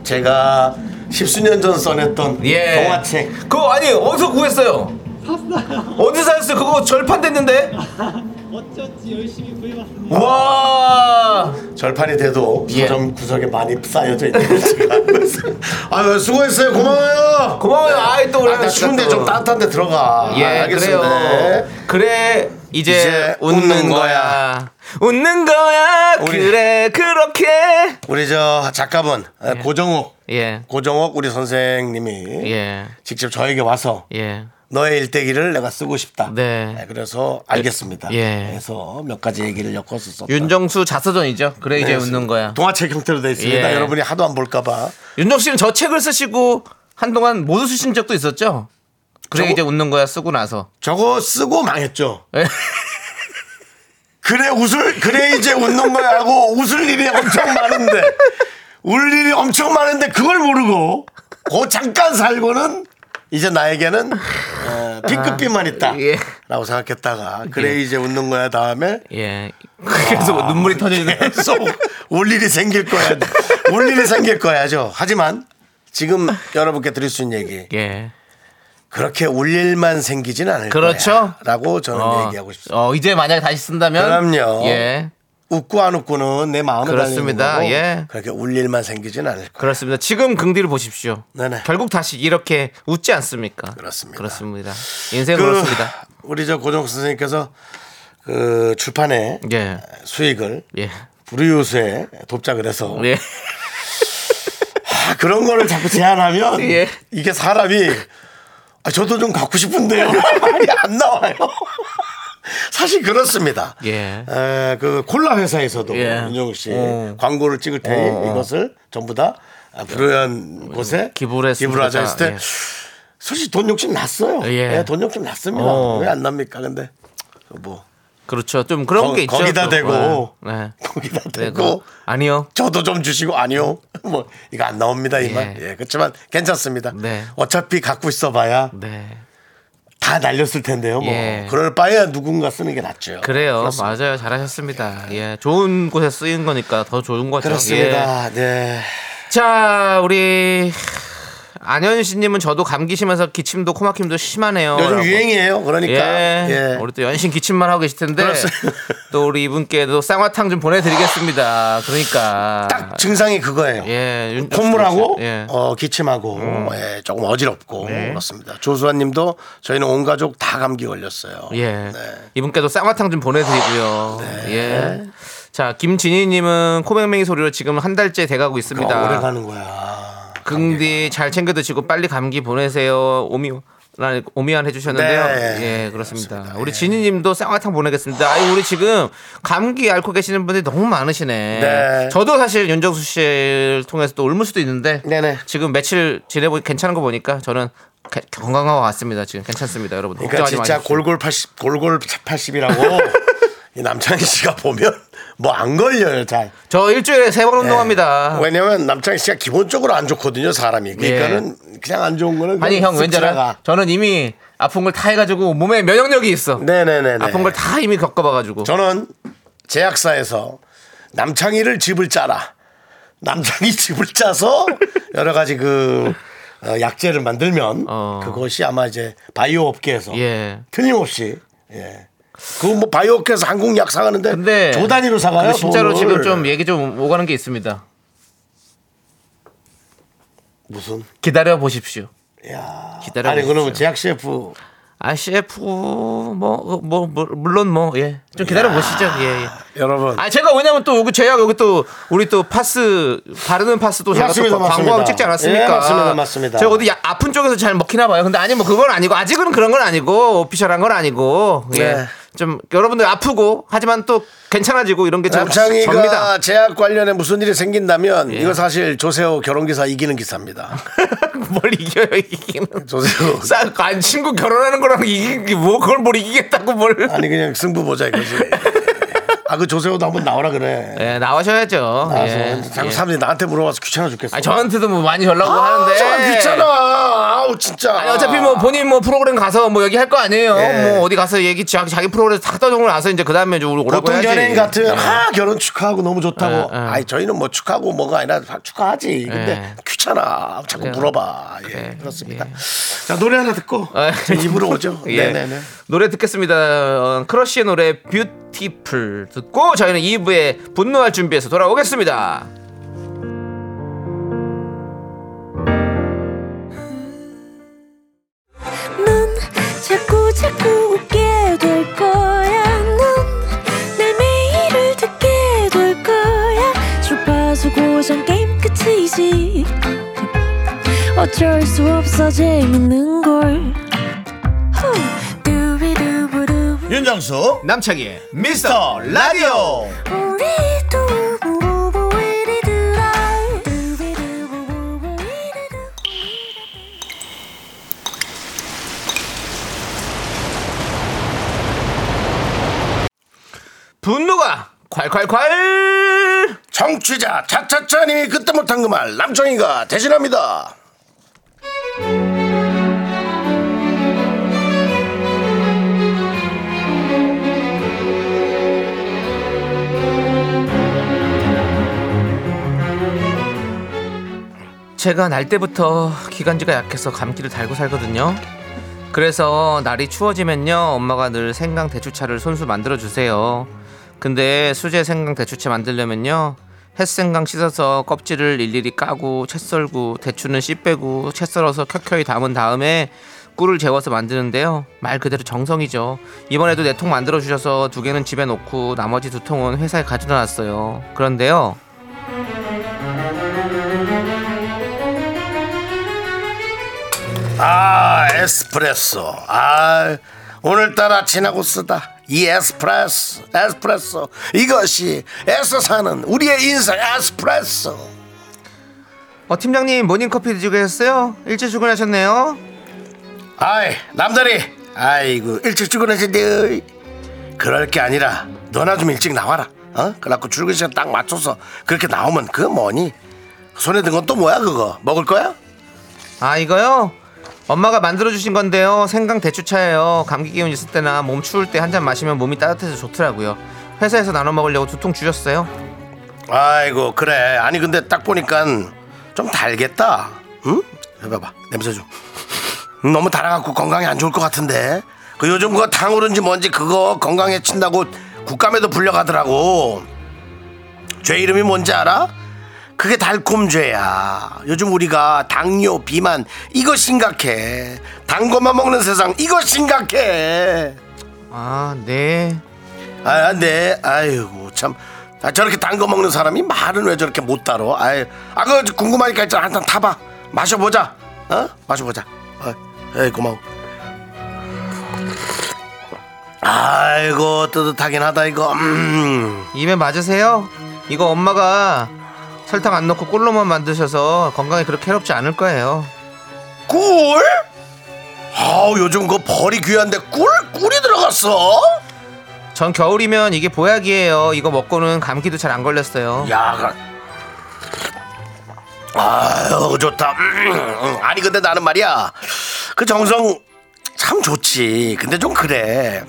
[SPEAKER 1] 제가 십수년 전 써냈던
[SPEAKER 2] 예.
[SPEAKER 1] 동화책.
[SPEAKER 2] 그거 아니 어디서 구했어요?
[SPEAKER 5] 샀어요.
[SPEAKER 2] 어디서 샀어요? 그거 절판됐는데?
[SPEAKER 5] 어쩐지 열심히 구해봤습니다.
[SPEAKER 2] 와
[SPEAKER 1] 절판이 돼도
[SPEAKER 2] 예.
[SPEAKER 1] 서점 구석에 많이 쌓여져 있는 아유 수고했어요 고마워요
[SPEAKER 2] 고마워요. 아이, 또 우리
[SPEAKER 1] 아, 나 추운데
[SPEAKER 2] 또.
[SPEAKER 1] 좀 따뜻한 데 들어가
[SPEAKER 2] 예,
[SPEAKER 1] 아,
[SPEAKER 2] 그래요.
[SPEAKER 1] 알겠습니다 네.
[SPEAKER 2] 그래, 이제,
[SPEAKER 1] 이제
[SPEAKER 2] 웃는,
[SPEAKER 1] 웃는
[SPEAKER 2] 거야. 웃는 거야.
[SPEAKER 1] 우리-
[SPEAKER 2] 그래, 그렇게.
[SPEAKER 1] 우리 저 작가분 아, 고정욱
[SPEAKER 2] 예,
[SPEAKER 1] 고정욱 우리 선생님이
[SPEAKER 2] 예,
[SPEAKER 1] 직접 저에게 와서
[SPEAKER 2] 예.
[SPEAKER 1] 너의 일대기를 내가 쓰고 싶다
[SPEAKER 2] 네.
[SPEAKER 1] 그래서 알겠습니다
[SPEAKER 2] 예.
[SPEAKER 1] 그래서 몇 가지 얘기를 엮어서 썼다
[SPEAKER 2] 윤정수 자서전이죠. 그래,
[SPEAKER 1] 네,
[SPEAKER 2] 이제 웃는 거야.
[SPEAKER 1] 동화책 형태로 되어 있습니다
[SPEAKER 2] 예.
[SPEAKER 1] 여러분이 하도 안 볼까봐
[SPEAKER 2] 윤정 씨는 저 책을 쓰시고 한동안 못 쓰신 적도 있었죠? 그래,
[SPEAKER 1] 저거- 뭐
[SPEAKER 2] 이제 웃는 거야. 쓰고 나서.
[SPEAKER 1] 저거 쓰고 망했죠
[SPEAKER 2] 예.
[SPEAKER 1] 그래 웃을 그래 이제 웃는 거야 하고 웃을 일이 엄청 많은데 울 일이 엄청 많은데 그걸 모르고 고 잠깐 살고는 이제 나에게는 어, B급비만 있다라고
[SPEAKER 2] 아, 예.
[SPEAKER 1] 생각했다가 그래 이제 웃는 거야 다음에
[SPEAKER 2] 예. 그래서 뭐 눈물이 터지는.
[SPEAKER 1] 울 일이 생길 거야 울 일이 생길 거야죠 하지만 지금 여러분께 드릴 수 있는 얘기
[SPEAKER 2] 예.
[SPEAKER 1] 그렇게 울 일만 생기진 않을
[SPEAKER 2] 그렇죠.
[SPEAKER 1] 거야라고 저는
[SPEAKER 2] 어,
[SPEAKER 1] 얘기하고 싶습니다
[SPEAKER 2] 어, 이제 만약에 다시 쓴다면.
[SPEAKER 1] 그럼요.
[SPEAKER 2] 예.
[SPEAKER 1] 웃고 안 웃고는 내 마음에
[SPEAKER 2] 그렇습니다.
[SPEAKER 1] 달리는 거고
[SPEAKER 2] 예.
[SPEAKER 1] 그렇게 울 일만 생기진 않을 거야
[SPEAKER 2] 그렇습니다. 지금 긍디를 보십시오.
[SPEAKER 1] 네네.
[SPEAKER 2] 결국 다시 이렇게 웃지 않습니까?
[SPEAKER 1] 그렇습니다.
[SPEAKER 2] 그렇습니다. 인생 은 예, 그렇습니다.
[SPEAKER 1] 우리 저 고정 선생님께서 그 출판의
[SPEAKER 2] 예.
[SPEAKER 1] 수익을
[SPEAKER 2] 예.
[SPEAKER 1] 불우유수에 돕작을 해서
[SPEAKER 2] 예.
[SPEAKER 1] 아, 그런 거를 자꾸 제안하면
[SPEAKER 2] 예.
[SPEAKER 1] 이게 사람이 아, 저도 좀 갖고 싶은데요 말이 안 나와요. 사실 그렇습니다.
[SPEAKER 2] 예.
[SPEAKER 1] 에, 그 콜라 회사에서도
[SPEAKER 2] 예.
[SPEAKER 1] 윤정욱 씨
[SPEAKER 2] 어.
[SPEAKER 1] 광고를 찍을 때 이것을 전부 다 아, 불우한 곳에
[SPEAKER 2] 기부를 했습니다.
[SPEAKER 1] 기부를 하자 했을 때
[SPEAKER 2] 예.
[SPEAKER 1] 솔직히 돈 욕심 났어요.
[SPEAKER 2] 예.
[SPEAKER 1] 예, 돈 욕심 났습니다.
[SPEAKER 2] 어.
[SPEAKER 1] 왜 안 납니까? 근데 뭐
[SPEAKER 2] 그렇죠. 좀 그런
[SPEAKER 1] 거-
[SPEAKER 2] 게 있죠.
[SPEAKER 1] 거기다
[SPEAKER 2] 또.
[SPEAKER 1] 대고.
[SPEAKER 2] 네.
[SPEAKER 1] 거기다
[SPEAKER 2] 네. 네,
[SPEAKER 1] 대고
[SPEAKER 2] 그- 아니요.
[SPEAKER 1] 저도 좀 주시고 아니요 뭐 이거 안 나옵니다 이만
[SPEAKER 2] 예.
[SPEAKER 1] 예, 그렇지만 괜찮습니다
[SPEAKER 2] 네.
[SPEAKER 1] 어차피 갖고 있어봐야
[SPEAKER 2] 네.
[SPEAKER 1] 다 날렸을 텐데요 뭐
[SPEAKER 2] 예.
[SPEAKER 1] 그럴 바에야 누군가 쓰는 게 낫죠
[SPEAKER 2] 그래요.
[SPEAKER 1] 그렇습니다.
[SPEAKER 2] 맞아요. 잘하셨습니다. 예. 좋은 곳에 쓰인 거니까 더 좋은 거죠. 예.
[SPEAKER 1] 그렇습니다 네
[SPEAKER 2] 자, 우리 안현씨 님은 저도 감기 심해서 기침도 코막힘도 심하네요.
[SPEAKER 1] 요즘
[SPEAKER 2] 라고.
[SPEAKER 1] 유행이에요 그러니까
[SPEAKER 2] 어, 예.
[SPEAKER 1] 예.
[SPEAKER 2] 우리 또 연신 기침만 하고 계실 텐데
[SPEAKER 1] 그렇습니다.
[SPEAKER 2] 또 우리 이분께도 쌍화탕 좀 보내드리겠습니다. 그러니까
[SPEAKER 1] 딱 증상이 그거예요
[SPEAKER 2] 예, 윤-
[SPEAKER 1] 콧물하고
[SPEAKER 2] 예. 음. 네.
[SPEAKER 1] 어, 기침하고 예, 조금 어지럽고 그렇습니다 조수아님도 저희는 온 가족 다 감기 걸렸어요
[SPEAKER 2] 예.
[SPEAKER 1] 네.
[SPEAKER 2] 이분께도 쌍화탕 좀 보내드리고요. 예. 자, 김진희님은 코맹맹이 소리로 지금 한 달째 돼가고 있습니다.
[SPEAKER 1] 어, 오래 가는 거야
[SPEAKER 2] 긍디 잘 챙겨 드시고 빨리 감기 보내세요. 오미 오미안 해주셨는데요.
[SPEAKER 1] 네.
[SPEAKER 2] 예, 그렇습니다. 우리 진희님도 쌍화탕 보내겠습니다. 아유, 우리 지금 감기 앓고 계시는 분들이 너무 많으시네.
[SPEAKER 1] 네.
[SPEAKER 2] 저도 사실 윤정수 씨를 통해서 또 옮을 수도 있는데
[SPEAKER 1] 네네.
[SPEAKER 2] 지금 며칠 지내보 괜찮은 거 보니까 저는 게- 건강한 것 같습니다. 지금 괜찮습니다, 여러분.
[SPEAKER 1] 그러니까
[SPEAKER 2] 걱정하지
[SPEAKER 1] 진짜
[SPEAKER 2] 마십시오.
[SPEAKER 1] 골골 80 골골 80이라고 이 남창희 씨가 보면 뭐 안 걸려요 잘.
[SPEAKER 2] 저 일주일에 세 번 운동합니다.
[SPEAKER 1] 네.
[SPEAKER 2] 예.
[SPEAKER 1] 왜냐면 남창희 씨가 기본적으로 안 좋거든요 사람이. 그러니까는 그냥 안 좋은 거는
[SPEAKER 2] 아니
[SPEAKER 1] 그냥
[SPEAKER 2] 형
[SPEAKER 1] 쓱
[SPEAKER 2] 왠지 알아?
[SPEAKER 1] 지나가.
[SPEAKER 2] 저는 이미 아픈 걸 다 해가지고 몸에 면역력이 있어.
[SPEAKER 1] 네네네네.
[SPEAKER 2] 아픈 걸 다 이미 겪어봐가지고.
[SPEAKER 1] 저는 제약사에서 남창희를 집을 짜라. 남창희 집을 짜서 여러 가지 그 어, 약재를 만들면
[SPEAKER 2] 어.
[SPEAKER 1] 그것이 아마 이제 바이오 업계에서
[SPEAKER 2] 예.
[SPEAKER 1] 틀림없이 예. 그 뭐 바이오 업계에서 한국 약 사가는데
[SPEAKER 2] 근데
[SPEAKER 1] 조 단위로 사가요.
[SPEAKER 2] 근데 진짜로
[SPEAKER 1] 돈을.
[SPEAKER 2] 지금 좀 예. 얘기 좀 오가는 게 있습니다.
[SPEAKER 1] 무슨
[SPEAKER 2] 기다려 보십시오.
[SPEAKER 1] 야
[SPEAKER 2] 기다려
[SPEAKER 1] 아니
[SPEAKER 2] 보십시오.
[SPEAKER 1] 그러면 제약 셰프
[SPEAKER 2] 아 CF 뭐뭐 뭐, 뭐, 물론 뭐 예. 좀 기다려 보시죠. 예. 예.
[SPEAKER 1] 여러분
[SPEAKER 2] 아 제가 왜냐면 또 여기 제가 여기 또 우리 또 파스 바르는 파스도 제가
[SPEAKER 1] 맞습니다,
[SPEAKER 2] 또 광고하고
[SPEAKER 1] 맞습니다.
[SPEAKER 2] 찍지 않았습니까?
[SPEAKER 1] 예, 맞습니다, 맞습니다.
[SPEAKER 2] 제가 어디 야- 아픈 쪽에서 잘 먹히나 봐요. 근데 아니 뭐 그건 아니고 아직은 그런 건 아니고 오피셜한 건 아니고 예.
[SPEAKER 1] 네.
[SPEAKER 2] 좀 여러분들 아프고 하지만 또 괜찮아지고 이런 게 저-
[SPEAKER 1] 남창희가
[SPEAKER 2] 접니다. 예.
[SPEAKER 1] 제약 관련에 무슨 일이 생긴다면 이거 사실 조세호 결혼 기사 이기는 기사입니다.
[SPEAKER 2] 뭘 이겨요 이기는?
[SPEAKER 1] 조세호
[SPEAKER 2] 싹, 안 친구 결혼하는 거랑 이기 뭐 그걸 뭘 이기겠다고 뭘?
[SPEAKER 1] 아니 그냥 승부 보자 이거지. 아 그 조세호도 한번 나오라 그래.
[SPEAKER 2] 예 나와셔야죠.
[SPEAKER 1] 나와서
[SPEAKER 2] 예.
[SPEAKER 1] 자꾸
[SPEAKER 2] 예.
[SPEAKER 1] 사람들이 나한테 물어봐서 귀찮아 죽겠어.
[SPEAKER 2] 아 저한테도 뭐 많이 연락 오고 하는데.
[SPEAKER 1] 참 아, 귀찮아. 아우 진짜.
[SPEAKER 2] 아니 어차피 뭐 본인 뭐 프로그램 가서 뭐 얘기 할 거 아니에요.
[SPEAKER 1] 예.
[SPEAKER 2] 뭐 어디 가서 얘기 자- 자기 프로그램 다 떠들고 나서 이제 그 다음에 이제 우리 오라고
[SPEAKER 1] 보통
[SPEAKER 2] 해야지. 어.
[SPEAKER 1] 연예인 같은 아 결혼 축하하고 너무 좋다고.
[SPEAKER 2] 예, 예.
[SPEAKER 1] 아니 저희는 뭐 축하하고 뭐가 아니라 축하하지. 근데
[SPEAKER 2] 예.
[SPEAKER 1] 없잖아. 자꾸
[SPEAKER 2] 그래요.
[SPEAKER 1] 물어봐. 예,
[SPEAKER 2] 그래.
[SPEAKER 1] 그렇습니다.
[SPEAKER 2] 예.
[SPEAKER 1] 자, 노래 하나 듣고
[SPEAKER 2] 아,
[SPEAKER 1] 제 입으로 오죠.
[SPEAKER 2] 예.
[SPEAKER 1] 네네네.
[SPEAKER 2] 노래 듣겠습니다. 어, 크러쉬의 노래 뷰티풀 듣고 저희는 2부에 분노할 준비해서 돌아오겠습니다.
[SPEAKER 6] 넌 자꾸 자꾸 웃게 될 거야. 넌내 매일을 듣게 될 거야. 주파수 고정 게임 끝이지. 어쩔 수 없어 재밌는 걸. 후. 두비두부두부.
[SPEAKER 1] 윤정수
[SPEAKER 2] 남창희의
[SPEAKER 1] 미스터 라디오.
[SPEAKER 6] 우리 두부부부 우리 두라. 두비두부부부 우리 두부.
[SPEAKER 2] 분노가 콸콸콸!
[SPEAKER 1] 정취자 차차차님이 그때 못한 그 말 남청이가 대신합니다.
[SPEAKER 2] 제가 날 때부터 기관지가 약해서 감기를 달고 살거든요. 그래서 날이 추워지면요 엄마가 늘 생강 대추차를 손수 만들어 주세요. 근데 수제 생강 대추차 만들려면요 햇생강 씻어서 껍질을 일일이 까고 채 썰고 대추는 씨 빼고 채 썰어서 켜켜이 담은 다음에 꿀을 재워서 만드는데요 말 그대로 정성이죠. 이번에도 네 통 만들어 주셔서 두 개는 집에 놓고 나머지 두 통은 회사에 가져다 놨어요. 그런데요
[SPEAKER 1] 아 에스프레소. 아 오늘따라 진하고 쓰다. 이 에스프레소, 에스프레소 이것이 애써 사는 우리의 인생 에스프레소.
[SPEAKER 2] 어, 팀장님 모닝커피 드시겠어요? 일찍 출근하셨네요.
[SPEAKER 1] 아이 남자리. 아이고 일찍 출근하셨네. 그럴 게 아니라 너나 좀 일찍 나와라. 어? 그래갖고 출근 시간 딱 맞춰서 그렇게 나오면 그 뭐니? 손에 든 건 또 뭐야 그거? 먹을 거야?
[SPEAKER 2] 아 이거요? 엄마가 만들어 주신 건데요. 생강 대추차예요. 감기 기운 있을 때나 몸 추울 때 한 잔 마시면 몸이 따뜻해서 좋더라고요. 회사에서 나눠 먹으려고 두 통 주셨어요.
[SPEAKER 1] 아이고 그래 아니 근데 딱 보니까 좀 달겠다 응? 해봐봐 냄새 좀 음, 너무 달아갖고 건강에 안 좋을 것 같은데 그 요즘 그거 탕후루인지 뭔지 그거 건강에 친다고 국감에도 불려가더라고 죄 이름이 뭔지 알아? 그게 달콤죄야 요즘 우리가 당뇨 비만 이거 심각해 단 것만 먹는 세상 이거 심각해
[SPEAKER 2] 아 네.
[SPEAKER 1] 아, 네. 아이고, 참. 아, 저렇게 단 거 먹는 사람이 말은 왜 저렇게 못 따로? 아이, 아, 그 궁금하니까 일단 한잔 타봐. 마셔보자. 어? 마셔보자. 어, 에이, 고마워. 아이고, 뜨뜻하긴 하다, 이거. 음.
[SPEAKER 2] 입에 맞으세요. 이거 엄마가 설탕 안 넣고 꿀로만 만드셔서 건강에 그렇게 해롭지 않을 거예요.
[SPEAKER 1] 꿀? 아우, 요즘 그 벌이 귀한데 꿀? 꿀이 들어갔어?
[SPEAKER 2] 전 겨울이면 이게 보약이에요. 이거 먹고는 감기도 잘 안 걸렸어요.
[SPEAKER 1] 야, 그- 아유 좋다. 음, 아니 근데 나는 말이야 그 정성 참 좋지. 근데 좀 그래.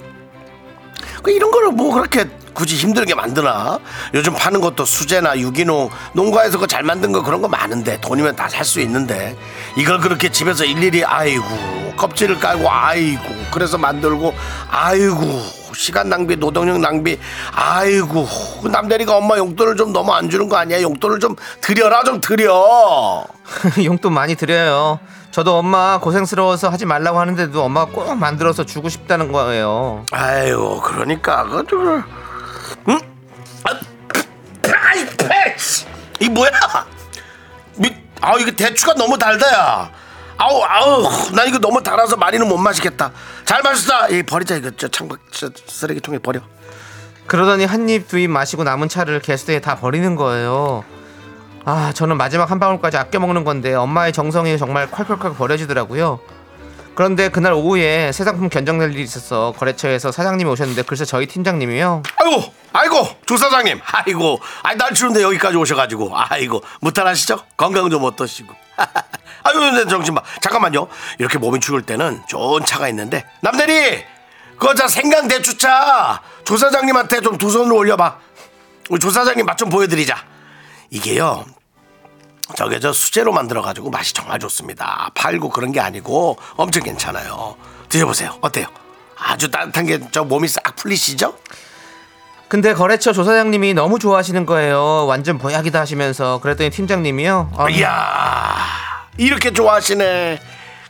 [SPEAKER 1] 그 이런 거를 뭐 그렇게 굳이 힘들게 만드나? 요즘 파는 것도 수제나 유기농 농가에서 그 잘 만든 거 그런 거 많은데 돈이면 다 살 수 있는데 이걸 그렇게 집에서 일일이 아이고 껍질을 깔고 아이고 그래서 만들고 아이고 시간 낭비 노동력 낭비 아이고 그 남대리가 엄마 용돈을 좀 너무 안 주는 거 아니야 용돈을 좀 드려라 좀 드려
[SPEAKER 2] 용돈 많이 드려요. 저도 엄마 고생스러워서 하지 말라고 하는데도 엄마가 꼭 만들어서 주고 싶다는 거예요.
[SPEAKER 1] 아이고 그러니까 그좀 응? 아, 아이 패치 이 뭐야? 미, 아 이거 대추가 너무 달다야. 아우 아우 난 이거 너무 달아서 많이는 못 마시겠다. 잘 마셨다. 이 버리자 이거 저 창밖 저 쓰레기통에 버려.
[SPEAKER 2] 그러더니 한 입 두 입 마시고 남은 차를 개수대에 다 버리는 거예요. 아, 저는 마지막 한 방울까지 아껴 먹는 건데 엄마의 정성이 정말 콸콸콸 버려지더라고요. 그런데 그날 오후에 새 상품 견적낼 일이 있어서 거래처에서 사장님이 오셨는데 글쎄 저희 팀장님이요.
[SPEAKER 1] 아이고 아이고 조 사장님 아이고 아이 날 추운데 여기까지 오셔가지고 아이고 무탈하시죠 건강 좀 어떠시고 아유 내 정신 봐 잠깐만요 이렇게 몸이 추울 때는 좋은 차가 있는데 남대리 그자 생강 대추차 조 사장님한테 좀 두 손으로 올려봐 우리 조 사장님 맛 좀 보여드리자 이게요 저게 저 수제로 만들어가지고 맛이 정말 좋습니다. 팔고 그런 게 아니고 엄청 괜찮아요. 드셔보세요. 어때요? 아주 따뜻한 게 저 몸이 싹 풀리시죠?
[SPEAKER 2] 근데 거래처 조사장님이 너무 좋아하시는 거예요. 완전 보약이다 하시면서 그랬더니 팀장님이요. 아,
[SPEAKER 1] 이야 이렇게 좋아하시네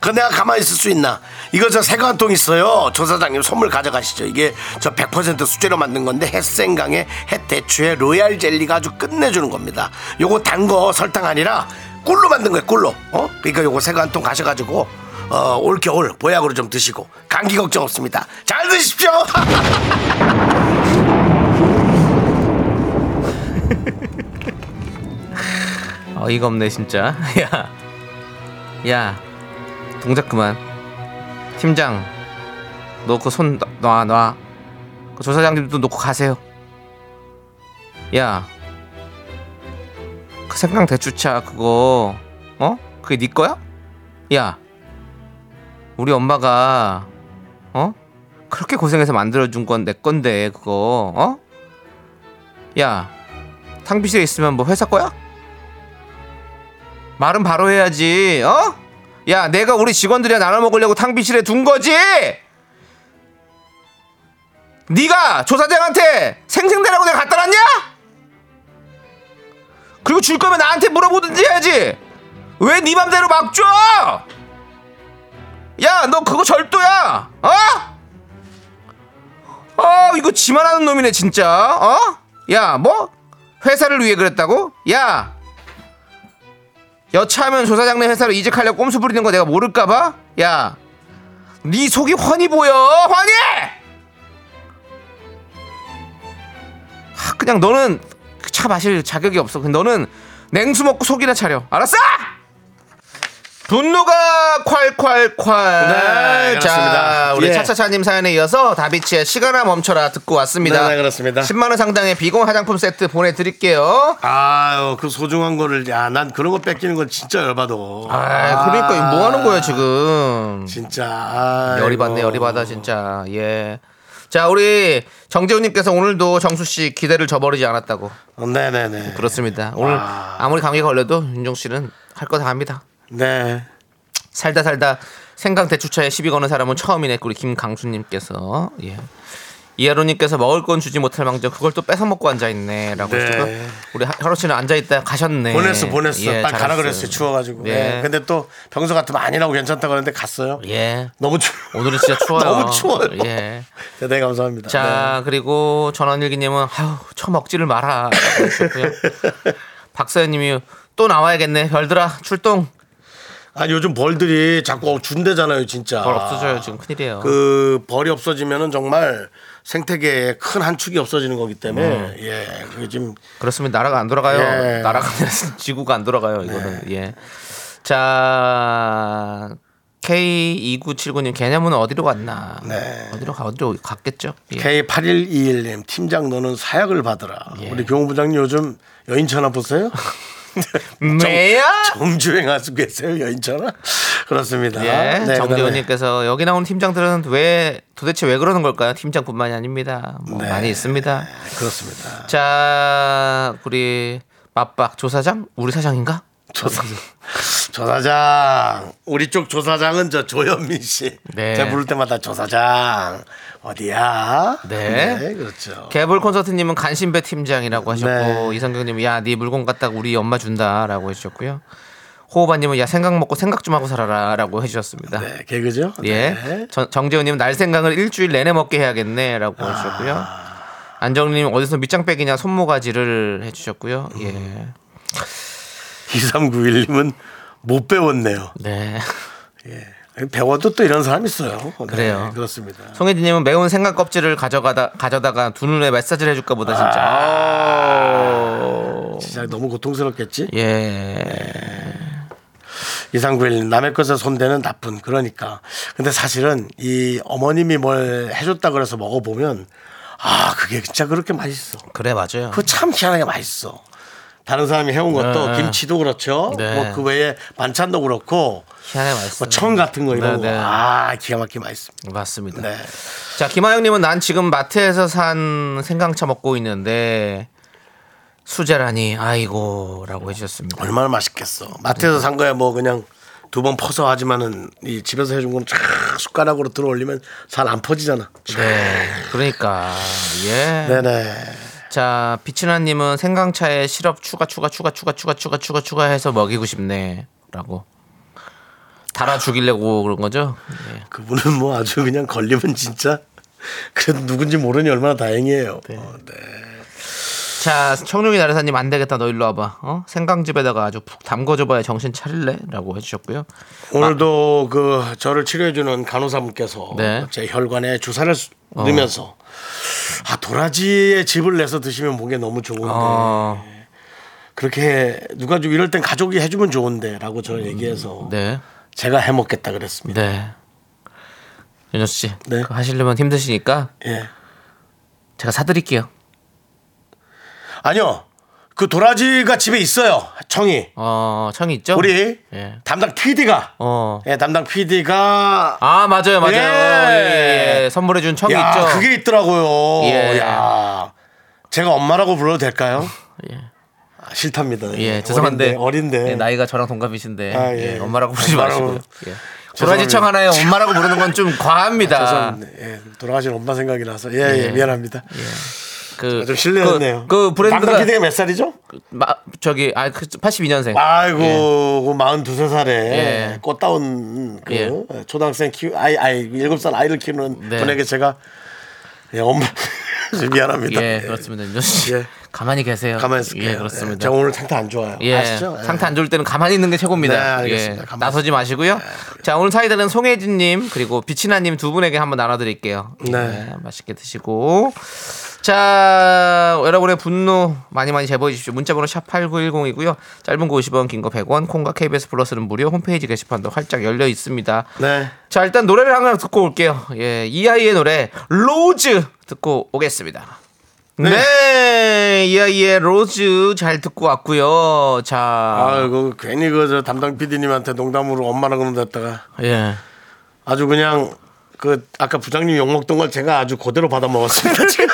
[SPEAKER 1] 그 내가 가만히 있을 수 있나 이거 저 세관통 있어요 조 사장님 선물 가져가시죠 이게 저 100% 수제로 만든 건데 햇생강에 햇대추에 로얄 젤리가 아주 끝내주는 겁니다 요거 단 거 설탕 아니라 꿀로 만든 거예요 꿀로 어 그러니까 요거 세관통 가셔가지고 어, 올겨울 보약으로 좀 드시고 감기 걱정 없습니다 잘 드십시오
[SPEAKER 2] 어이가 없네 진짜. 야, 야, 동작 그만. 팀장, 놓고 손 놔- 놔, 놔. 그 조사장님도 놓고 가세요. 야, 그 생강 대추차 그거 어? 그게 네 거야? 야, 우리 엄마가 어? 그렇게 고생해서 만들어준 건 내 건데 그거 어? 야, 탕비실에 있으면 뭐 회사 거야? 말은 바로 해야지. 어? 야, 내가 우리 직원들이랑 나눠 먹으려고 탕비실에 둔 거지. 네가 조사장한테 생생대라고 내가 갖다 놨냐? 그리고 줄 거면 나한테 물어보든지 해야지. 왜 네 맘대로 막 줘? 야, 너 그거 절도야. 어? 어, 이거 지만 하는 놈이네 진짜. 어? 야, 뭐? 회사를 위해 그랬다고? 야, 여차하면 조사장네 회사로 이직하려고 꼼수 부리는 거 내가 모를까봐? 야, 네 속이 훤히 보여, 훤히! 하, 그냥 너는 차 마실 자격이 없어. 그냥 너는 냉수 먹고 속이나 차려. 알았어? 분노가 콸콸콸.
[SPEAKER 1] 네,
[SPEAKER 2] 자,
[SPEAKER 1] 그렇습니다.
[SPEAKER 2] 우리
[SPEAKER 1] 예.
[SPEAKER 2] 차차차님 사연에 이어서 다비치의 시간아 멈춰라 듣고 왔습니다.
[SPEAKER 1] 네, 네, 그렇습니다.
[SPEAKER 2] 10만 원 상당의 비공 화장품 세트 보내드릴게요.
[SPEAKER 1] 아유 그 소중한 거를 야 난 그런 거 뺏기는 건 진짜 열받어
[SPEAKER 2] 아, 그러니까 이거 뭐 하는 거야 지금?
[SPEAKER 1] 진짜 아이고.
[SPEAKER 2] 열이 받네, 열이 받아 진짜. 예. 자, 우리 정재훈님께서 오늘도 정수 씨 기대를 저버리지 않았다고.
[SPEAKER 1] 어, 네네네.
[SPEAKER 2] 그렇습니다. 오늘
[SPEAKER 1] 와.
[SPEAKER 2] 아무리 감기 걸려도 윤종 씨는 할 거 다 합니다.
[SPEAKER 1] 네.
[SPEAKER 2] 살다 살다 생강 대추차에 시비 거는 사람은 처음이네. 우리 김강수님께서 예. 이하로님께서 먹을 건 주지 못할 망정 그걸 또 뺏어 먹고 앉아 있네라고
[SPEAKER 1] 네.
[SPEAKER 2] 하시고 우리 하- 하루 씨는 앉아 있다 가셨네.
[SPEAKER 1] 보냈어, 보냈어.
[SPEAKER 2] 예,
[SPEAKER 1] 딱 가라
[SPEAKER 2] 잘했어요.
[SPEAKER 1] 그랬어요. 추워가지고.
[SPEAKER 2] 예.
[SPEAKER 1] 예. 근데 또 평소 같으면 아니라고 괜찮다고 하는데 갔어요.
[SPEAKER 2] 예.
[SPEAKER 1] 너무 추워.
[SPEAKER 2] 오늘은 진짜 추워요.
[SPEAKER 1] 너무 추워요. 네.
[SPEAKER 2] 예.
[SPEAKER 1] 대단히 감사합니다.
[SPEAKER 2] 자 그리고 전원일기님은 아유 처음 억지를 마라 라고 하셨고요. 박서연님이 또 나와야겠네 별들아 출동
[SPEAKER 1] 네. 아니, 요즘 벌들이 자꾸 어, 준대잖아요, 진짜.
[SPEAKER 2] 벌 없어져요 지금 큰일이에요
[SPEAKER 1] 그 벌이 없어지면은 정말 생태계에 큰 한 축이 없어지는 거기
[SPEAKER 2] 네.
[SPEAKER 1] 때문에 예. 그게 지금
[SPEAKER 2] 그, 렇습니다 나라가 안 돌아가요
[SPEAKER 1] 예. 네.
[SPEAKER 2] 나라가 아니라 지구가 안 돌아가요 이거는 예. 예자 K2979님 개념은 어디로 갔나
[SPEAKER 1] 네.
[SPEAKER 2] 어디로 가 어디로 갔겠죠 예.
[SPEAKER 1] K8121님 팀장 너는 사약을 받으라.
[SPEAKER 2] 예.
[SPEAKER 1] 우리 교무부장님 요즘 여인천하 보세요?
[SPEAKER 2] 매야
[SPEAKER 1] 정주행하시고 계세요, 여인천하? 그렇습니다.
[SPEAKER 2] 예,
[SPEAKER 1] 네, 그다음에
[SPEAKER 2] 정재훈님께서 여기 나온 팀장들은 왜 도대체 왜 그러는 걸까요? 팀장뿐만이 아닙니다. 뭐
[SPEAKER 1] 네.
[SPEAKER 2] 많이 있습니다.
[SPEAKER 1] 그렇습니다.
[SPEAKER 2] 자, 우리 맞박 조사장? 우리 사장인가?
[SPEAKER 1] 조사장. 조사장. 우리 쪽 조사장은 저 조현민 씨.
[SPEAKER 2] 네.
[SPEAKER 1] 제가 부를 때마다 조사장. 어디야?
[SPEAKER 2] 네.
[SPEAKER 1] 그렇죠.
[SPEAKER 2] 개볼 콘서트님은 간신배 팀장이라고
[SPEAKER 1] 네.
[SPEAKER 2] 하셨고 이성경님은 야, 네 물건 갖다가 우리 엄마 준다라고 해주셨고요. 호호반님은 야 생각 먹고 생각 좀 하고 살아라라고 해주셨습니다.
[SPEAKER 1] 네, 개그죠?
[SPEAKER 2] 예,
[SPEAKER 1] 네.
[SPEAKER 2] 전- 정재훈님 날 생각을 일주일 내내 먹게 해야겠네라고
[SPEAKER 1] 아.
[SPEAKER 2] 해주셨고요. 안정님 어디서 밑장빼기냐 손모가지를 해주셨고요.
[SPEAKER 1] 음.
[SPEAKER 2] 예,
[SPEAKER 1] 2391님은 못 배웠네요.
[SPEAKER 2] 네.
[SPEAKER 1] 배워도 또 이런 사람 있어요. 네,
[SPEAKER 2] 그래요.
[SPEAKER 1] 그렇습니다.
[SPEAKER 2] 송혜진님은 매운 생강 껍질을 가져가다 가져다가 두 눈에 마사지를 해줄까 보다 진짜. 아우.
[SPEAKER 1] 아, 진짜 너무 고통스럽겠지?
[SPEAKER 2] 예.
[SPEAKER 1] 이상구일 남의 것에 손대는 나쁜 그러니까 근데 사실은 이 어머님이 뭘 해줬다 그래서 먹어보면 아 그게 진짜 그렇게 맛있어
[SPEAKER 2] 그래 맞아요.
[SPEAKER 1] 그거 참 희한하게 맛있어. 다른 사람이 해온 것도
[SPEAKER 2] 네.
[SPEAKER 1] 김치도 그렇죠.
[SPEAKER 2] 네.
[SPEAKER 1] 뭐 그 외에 반찬도 그렇고
[SPEAKER 2] 희한해 맛있어.
[SPEAKER 1] 뭐 청 같은 거 이런
[SPEAKER 2] 네, 네.
[SPEAKER 1] 거. 아 기가 막히게 맛있습니다.
[SPEAKER 2] 맞습니다.
[SPEAKER 1] 네.
[SPEAKER 2] 자 김하영님은 난 지금 마트에서 산 생강차 먹고 있는데 수제라니 아이고라고 해주셨습니다.
[SPEAKER 1] 얼마나 맛있겠어. 마트에서
[SPEAKER 2] 음.
[SPEAKER 1] 산 거야 뭐 그냥 두 번 퍼서 하지만은 이 집에서 해준 건쫙 숟가락으로 들어 올리면 잘 안 퍼지잖아.
[SPEAKER 2] 네, 그러니까 예.
[SPEAKER 1] 네네.
[SPEAKER 2] 자, 비친아님은 생강차에 시럽 추가 추가 추가 추가 추가 추가 추가 추가해서 먹이고 싶네라고 달아 죽이려고 그런 거죠? 네.
[SPEAKER 1] 그분은 뭐 아주 그냥 걸리면 진짜 그래도 누군지 모르니 얼마나 다행이에요. 어, 네.
[SPEAKER 2] 자, 청룡이 나래사님 안 되겠다 너 일로 와봐. 어? 생강즙에다가 아주 푹 담궈줘봐야 정신 차릴래라고 해주셨고요.
[SPEAKER 1] 오늘도 그 저를 치료해주는 간호사분께서
[SPEAKER 2] 아. 네. 어.
[SPEAKER 1] 제 혈관에 주사를 수- 넣으면서 아 도라지에 즙을 내서 드시면 목에 너무 좋은데
[SPEAKER 2] 어,
[SPEAKER 1] 그렇게 누가 좀 이럴 땐 가족이 해주면 좋은데라고 저를 얘기해서
[SPEAKER 2] 네,
[SPEAKER 1] 제가 해먹겠다 그랬습니다.
[SPEAKER 2] 네. 윤혁 씨,
[SPEAKER 1] 네.
[SPEAKER 2] 그거 하시려면 힘드시니까
[SPEAKER 1] 예.
[SPEAKER 2] 제가 사드릴게요.
[SPEAKER 1] 아니요. 그 도라지가 집에 있어요. 청이.
[SPEAKER 2] 어, 청이 있죠?
[SPEAKER 1] 우리
[SPEAKER 2] 예.
[SPEAKER 1] 담당 PD가
[SPEAKER 2] 어.
[SPEAKER 1] 예, 담당 PD가
[SPEAKER 2] 아 맞아요 맞아요
[SPEAKER 1] 예.
[SPEAKER 2] 예, 예, 예. 선물해준 청이
[SPEAKER 1] 야,
[SPEAKER 2] 있죠
[SPEAKER 1] 그게 있더라고요.
[SPEAKER 2] 예.
[SPEAKER 1] 야. 제가 엄마라고 불러도 될까요?
[SPEAKER 2] 예.
[SPEAKER 1] 아, 싫답니다.
[SPEAKER 2] 예, 죄송한데
[SPEAKER 1] 어린데. 어린데.
[SPEAKER 2] 예, 나이가 저랑 동갑이신데
[SPEAKER 1] 아, 예.
[SPEAKER 2] 예, 엄마라고 부르지
[SPEAKER 1] 엄마라고.
[SPEAKER 2] 마시고요. 예. 도라지청
[SPEAKER 1] 죄송합니다.
[SPEAKER 2] 하나에 엄마라고 부르는 건 좀 과합니다.
[SPEAKER 1] 죄송합니다. 예, 돌아가신 엄마 생각이 나서 예, 예,
[SPEAKER 2] 예.
[SPEAKER 1] 미안합니다.
[SPEAKER 2] 그,
[SPEAKER 1] 아, 좀 실례했네요.
[SPEAKER 2] 그, 그
[SPEAKER 1] 담당
[SPEAKER 2] 브랜드가
[SPEAKER 1] PD가 몇 살이죠?
[SPEAKER 2] 마, 저기 아, 그 82년생.
[SPEAKER 1] 아이고, 그 42살에
[SPEAKER 2] 예.
[SPEAKER 1] 꽃다운 그
[SPEAKER 2] 예.
[SPEAKER 1] 초등학생 키우 아이 아이 7살 아이를 키우는
[SPEAKER 2] 네.
[SPEAKER 1] 분에게 제가 예, 엄마 미안합니다.
[SPEAKER 2] 예, 그렇습니다. 윤정 씨.
[SPEAKER 1] 예.
[SPEAKER 2] 가만히 계세요.
[SPEAKER 1] 가만히 있을게요.
[SPEAKER 2] 예, 그렇습니다.
[SPEAKER 1] 예, 제가 오늘 상태 안 좋아요.
[SPEAKER 2] 예,
[SPEAKER 1] 아시죠? 예.
[SPEAKER 2] 상태 안 좋을 때는 가만히 있는 게 최고입니다.
[SPEAKER 1] 네, 알겠습니다. 네.
[SPEAKER 2] 예,
[SPEAKER 1] 가만히
[SPEAKER 2] 나서지 마시고요. 자, 오늘 사이다는 송혜진님 그리고 비치나님 두 분에게 한번 나눠드릴게요. 예,
[SPEAKER 1] 네.
[SPEAKER 2] 맛있게 드시고. 자, 여러분의 분노 많이 많이 제보해 주십시오. 문자번호 샵 8910이고요. 짧은 거 50원, 긴 거 100원, 콩과 KBS 플러스는 무료 홈페이지 게시판도 활짝 열려 있습니다.
[SPEAKER 1] 네.
[SPEAKER 2] 자, 일단 노래를 한 곡 듣고 올게요. 예, 이아이의 노래 로즈 듣고 오겠습니다. 네, 이아이의 로즈 잘 듣고 왔고요. 자,
[SPEAKER 1] 아이고 괜히 그 저 담당 PD님한테 농담으로 엄마라 그런다다가
[SPEAKER 2] 예.
[SPEAKER 1] 아주 그냥 그 아까 부장님 욕 먹던 걸 제가 아주 그대로 받아 먹었습니다 지금.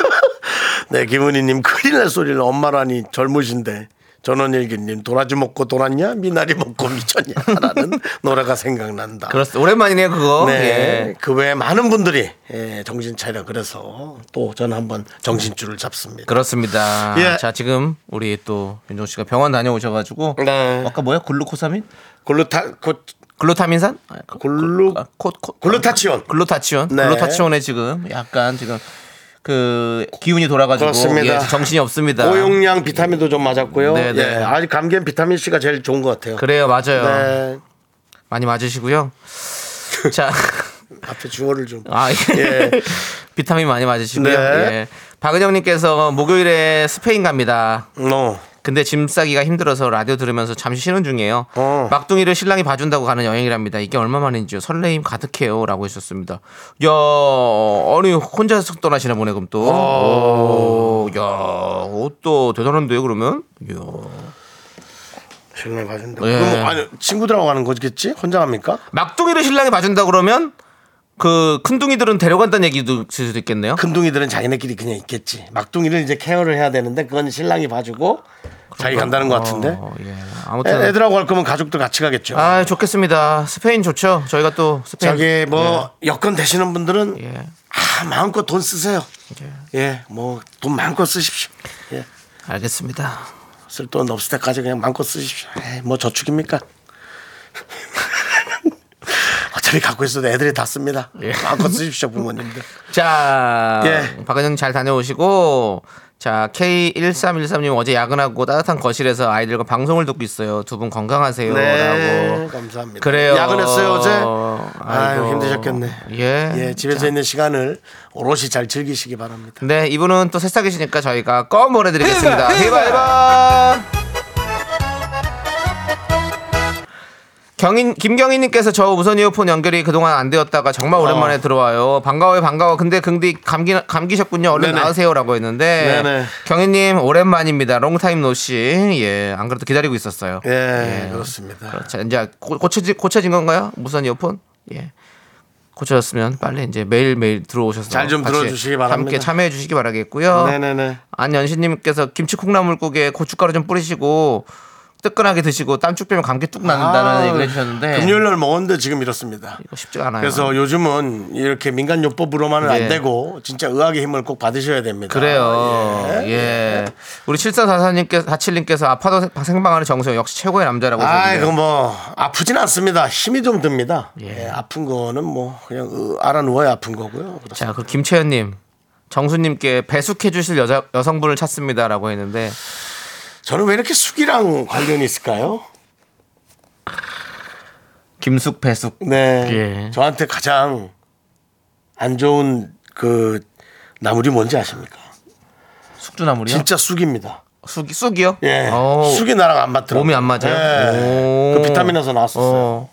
[SPEAKER 1] 네 김은희님 큰일 날 소리를 엄마라니 젊으신데 전원일기님 도라지 먹고 돌았냐 미나리 먹고 미쳤냐라는 노래가 생각난다.
[SPEAKER 2] 그렇습니다. 오랜만이네요, 그거.
[SPEAKER 1] 네.
[SPEAKER 2] 그렇죠. 예.
[SPEAKER 1] 그 외에 많은 분들이 예, 정신 차려 그래서 또 저는 한번 정신줄을 잡습니다.
[SPEAKER 2] 그렇습니다.
[SPEAKER 1] 예.
[SPEAKER 2] 자, 지금 우리 또 윤종 씨가 병원 다녀오셔가지고
[SPEAKER 1] 네.
[SPEAKER 2] 아까 뭐야? 글루코사민?
[SPEAKER 1] 글루타 고,
[SPEAKER 2] 글루타민산? 아,
[SPEAKER 1] 글루
[SPEAKER 2] 아, 코, 코,
[SPEAKER 1] 글루타치온
[SPEAKER 2] 글루타치온.
[SPEAKER 1] 네.
[SPEAKER 2] 글루타치온에 지금 약간 지금 그 기운이 돌아가지고
[SPEAKER 1] 그렇습니다.
[SPEAKER 2] 예, 정신이 없습니다.
[SPEAKER 1] 고용량 비타민도 좀 맞았고요.
[SPEAKER 2] 네, 네.
[SPEAKER 1] 예, 아직 감기엔 비타민 C가 제일 좋은 것 같아요.
[SPEAKER 2] 그래요, 맞아요.
[SPEAKER 1] 네.
[SPEAKER 2] 많이 맞으시고요. 자,
[SPEAKER 1] 앞에 주어를 좀.
[SPEAKER 2] 아, 예.
[SPEAKER 1] 예.
[SPEAKER 2] 비타민 많이 맞으시고요.
[SPEAKER 1] 네.
[SPEAKER 2] 예. 박은영님께서 목요일에 스페인 갑니다.
[SPEAKER 1] 어.
[SPEAKER 2] 근데 짐 싸기가 힘들어서 라디오 들으면서 잠시 쉬는 중이에요.
[SPEAKER 1] 어.
[SPEAKER 2] 막둥이를 신랑이 봐준다고 가는 여행이랍니다. 이게 얼마만인지요. 설레임 가득해요라고 하셨습니다. 야, 아니 혼자서 떠나시나 보네 그럼 또.
[SPEAKER 1] 어.
[SPEAKER 2] 오, 야, 옷도 대단한데요 그러면. 야.
[SPEAKER 1] 신랑 가준다.
[SPEAKER 2] 예.
[SPEAKER 1] 그럼 뭐, 아니 친구들하고 가는 거겠지? 혼자 갑니까?
[SPEAKER 2] 막둥이를 신랑이 봐준다 그러면 그 큰둥이들은 데려간다는 얘기도 있을 수도 있겠네요.
[SPEAKER 1] 금둥이들은 자기네끼리 그냥 있겠지. 막둥이를 이제 케어를 해야 되는데 그건 신랑이 봐주고 자기 간다는 것 같은데.
[SPEAKER 2] 어, 예.
[SPEAKER 1] 애,
[SPEAKER 2] 아무튼
[SPEAKER 1] 애들하고 갈 거면 가족도 같이 가겠죠.
[SPEAKER 2] 아 좋겠습니다. 스페인 좋죠. 저희가 또 스페인
[SPEAKER 1] 저기 뭐 여건 되시는 분들은
[SPEAKER 2] 예.
[SPEAKER 1] 아 마음껏 돈 쓰세요. 예, 뭐 돈 마음껏 쓰십시오. 예.
[SPEAKER 2] 알겠습니다.
[SPEAKER 1] 쓸 돈 없을 때까지 그냥 마음껏 쓰십시오. 에이, 뭐 저축입니까? 어차피 갖고 있어도 애들이 다 씁니다.
[SPEAKER 2] 예.
[SPEAKER 1] 마음껏 쓰십시오 부모님들.
[SPEAKER 2] 자,
[SPEAKER 1] 예.
[SPEAKER 2] 박은영 잘 다녀오시고 자 K1313님 어제 야근하고 따뜻한 거실에서 아이들과 방송을 듣고 있어요. 두 분 건강하세요라고.
[SPEAKER 1] 네, 감사합니다.
[SPEAKER 2] 그래요.
[SPEAKER 1] 야근했어요 어제. 아유
[SPEAKER 2] 아이고.
[SPEAKER 1] 힘드셨겠네.
[SPEAKER 2] 예.
[SPEAKER 1] 예, 집에서 있는 시간을 오롯이 잘 즐기시기 바랍니다.
[SPEAKER 2] 네, 이분은 또 새싹이시니까 저희가 껌 보내드리겠습니다. 해봐, 해봐. 경인 김경희님께서 저 무선 이어폰 연결이 그동안 안 되었다가 정말 오랜만에 들어와요. 반가워요, 반가워. 근데 근데 감기 감기셨군요. 얼른
[SPEAKER 1] 네네.
[SPEAKER 2] 나으세요라고 했는데
[SPEAKER 1] 네네.
[SPEAKER 2] 경희님 오랜만입니다. 롱타임 노씨. 예, 안 그래도 기다리고 있었어요.
[SPEAKER 1] 예, 그렇습니다.
[SPEAKER 2] 그렇죠. 자, 이제 고, 고쳐진 고쳐진 건가요? 무선 이어폰? 예. 고쳐졌으면 빨리 이제 매일매일 들어오셔서
[SPEAKER 1] 잘좀
[SPEAKER 2] 같이
[SPEAKER 1] 들어주시기 바랍니다.
[SPEAKER 2] 함께 참여해 주시기 바라겠고요.
[SPEAKER 1] 네네네.
[SPEAKER 2] 안연신님께서 김치 콩나물국에 고춧가루 좀 뿌리시고 뜨끈하게 드시고 땀쭉 빼면 감기 뚝 난다는
[SPEAKER 1] 아,
[SPEAKER 2] 얘기를 해주셨는데
[SPEAKER 1] 금요일 날 먹었는데 지금 이렇습니다.
[SPEAKER 2] 이거 쉽지가 않아요.
[SPEAKER 1] 그래서 요즘은 이렇게 민간 요법으로만은
[SPEAKER 2] 예.
[SPEAKER 1] 안 되고 진짜 의학의 힘을 꼭 받으셔야 됩니다.
[SPEAKER 2] 그래요.
[SPEAKER 1] 아,
[SPEAKER 2] 예. 우리 7444님께서 47님께서 아파도 생- 생방하는 정수영 역시 최고의 남자라고
[SPEAKER 1] 아,
[SPEAKER 2] 하셨는데
[SPEAKER 1] 그거 뭐 아프진 않습니다. 힘이 좀 듭니다.
[SPEAKER 2] 예.
[SPEAKER 1] 예, 아픈 거는 뭐 그냥 으, 알아 누워야 아픈 거고요. 그렇습니다.
[SPEAKER 2] 자, 그 김채연님, 정수님께 배숙해 주실 여자 여성분을 찾습니다라고 했는데
[SPEAKER 1] 저는 왜 이렇게 숙이랑 관련이 있을까요?
[SPEAKER 2] 김숙 배숙.
[SPEAKER 1] 네.
[SPEAKER 2] 예.
[SPEAKER 1] 저한테 가장 안 좋은 그 나물이 뭔지 아십니까?
[SPEAKER 2] 숙주나물이요?
[SPEAKER 1] 진짜 쑥입니다.
[SPEAKER 2] 숙, 쑥이요?
[SPEAKER 1] 예.
[SPEAKER 2] 어우,
[SPEAKER 1] 쑥이 나랑 안 맞더라고요.
[SPEAKER 2] 몸이 안 맞아요?
[SPEAKER 1] 예.
[SPEAKER 2] 오.
[SPEAKER 1] 그 비타민에서 나왔었어요.
[SPEAKER 2] 어.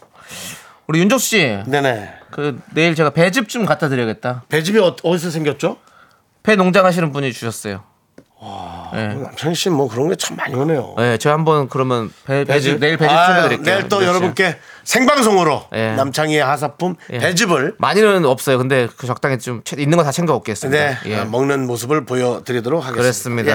[SPEAKER 2] 우리 윤종 씨,
[SPEAKER 1] 네네.
[SPEAKER 2] 그 내일 제가 배즙 좀 갖다 드려야겠다.
[SPEAKER 1] 배즙이 어, 어디서 생겼죠?
[SPEAKER 2] 배 농장 하시는 분이 주셨어요. 예.
[SPEAKER 1] 남창희 씨는 뭐 그런 게 참 많이 오네요.
[SPEAKER 2] 네, 저 한번 그러면 배, 배즙, 내일 배즙
[SPEAKER 1] 아유,
[SPEAKER 2] 챙겨드릴게요.
[SPEAKER 1] 내일 또
[SPEAKER 2] 윤정 씨.
[SPEAKER 1] 여러분께 생방송으로
[SPEAKER 2] 예.
[SPEAKER 1] 남창희의 하사품
[SPEAKER 2] 예.
[SPEAKER 1] 배즙을
[SPEAKER 2] 많이는 없어요. 근데 그 적당히 좀 채- 있는 거 다 챙겨
[SPEAKER 1] 네,
[SPEAKER 2] 먹겠습니다. 예.
[SPEAKER 1] 아, 먹는 모습을 보여드리도록 하겠습니다.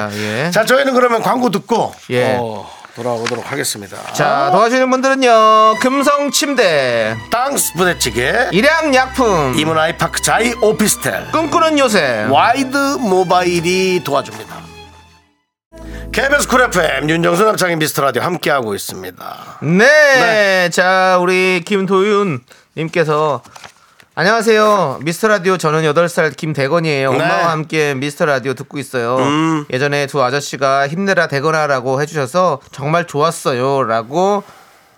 [SPEAKER 2] 그렇습니다. 예.
[SPEAKER 1] 자, 저희는 그러면 광고 듣고
[SPEAKER 2] 예.
[SPEAKER 1] 어, 돌아오도록 하겠습니다.
[SPEAKER 2] 자, 도와주시는 분들은요. 금성 침대,
[SPEAKER 1] 땅스 부대찌개,
[SPEAKER 2] 일양 약품,
[SPEAKER 1] 이문아이파크 자이 오피스텔,
[SPEAKER 2] 꿈꾸는 요새.
[SPEAKER 1] 와이드 모바일이 도와줍니다. KBS 쿨 FM 윤정수 남창희 미스터라디오 함께하고 있습니다.
[SPEAKER 2] 네. 자, 우리 김도윤 님께서 안녕하세요. 미스터 라디오 저는 8살 김대건이에요.
[SPEAKER 1] 네. 음.
[SPEAKER 2] 엄마와 함께 미스터 라디오 듣고 있어요. 예전에 두 아저씨가 힘내라 대건아라고 해 주셔서 정말 좋았어요라고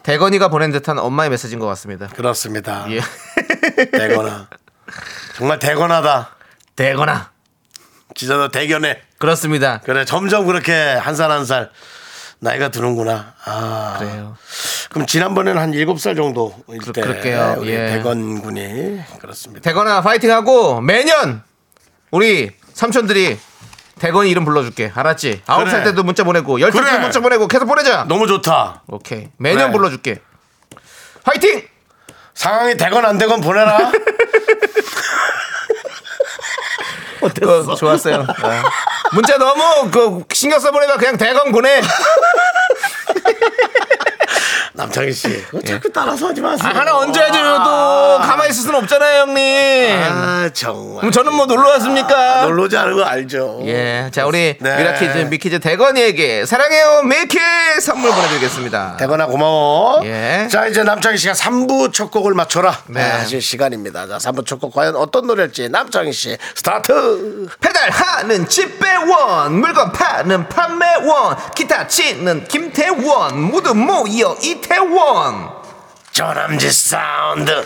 [SPEAKER 2] 대건이가 보낸 듯한 엄마의 메시지인 것 같습니다.
[SPEAKER 1] 그렇습니다.
[SPEAKER 2] 예.
[SPEAKER 1] 대거나 정말 대거나다.
[SPEAKER 2] 대건아.
[SPEAKER 1] 진짜 너 대견해.
[SPEAKER 2] 그렇습니다.
[SPEAKER 1] 그래 점점 그렇게 한 살 한 살 나이가 드는구나. 아
[SPEAKER 2] 그래요.
[SPEAKER 1] 그럼 지난번에는 한 일곱 살 정도 일때
[SPEAKER 2] 그럴게요.
[SPEAKER 1] 우리
[SPEAKER 2] 예.
[SPEAKER 1] 대건 군이 그렇습니다.
[SPEAKER 2] 대건아 파이팅하고 매년 우리 삼촌들이 대건 이름 불러줄게. 알았지? 아홉 살 때도 문자 보내고 열 살
[SPEAKER 1] 그래.
[SPEAKER 2] 때도 문자 보내고 계속 보내자.
[SPEAKER 1] 너무 좋다.
[SPEAKER 2] 오케이. 매년
[SPEAKER 1] 그래.
[SPEAKER 2] 불러줄게. 파이팅!
[SPEAKER 1] 상황이 대건 안 대건 보내라.
[SPEAKER 2] 어, 좋았어요. 아. 문자 너무 그 신경 써보내면 그냥 대건 보내.
[SPEAKER 1] 남창희 씨 그거 자꾸 따라서 하지 마세요.
[SPEAKER 2] 예. 아, 하나 얹어야죠. 또 가만히 있을 수는 없잖아요, 형님.
[SPEAKER 1] 아 정말. 아,
[SPEAKER 2] 그럼 저는 뭐 놀러 왔습니까?
[SPEAKER 1] 놀러지 않은 거 알죠.
[SPEAKER 2] 예, 자 우리
[SPEAKER 1] 네.
[SPEAKER 2] 미라키즈 미키즈 대건이에게 사랑해요 미키 선물 보내드리겠습니다.
[SPEAKER 1] 대건아 고마워.
[SPEAKER 2] 예.
[SPEAKER 1] 자 이제 남창희 씨가 3부 첫 곡을 맞춰라
[SPEAKER 2] 네.
[SPEAKER 1] 하실 시간입니다. 자 3부 첫 곡 과연 어떤 노래일지 남창희 씨 스타트.
[SPEAKER 2] 페달하는 집배원 물건 파는 판매원 기타 치는 김태원 모두 모여 이태원
[SPEAKER 1] 저남지 사운드.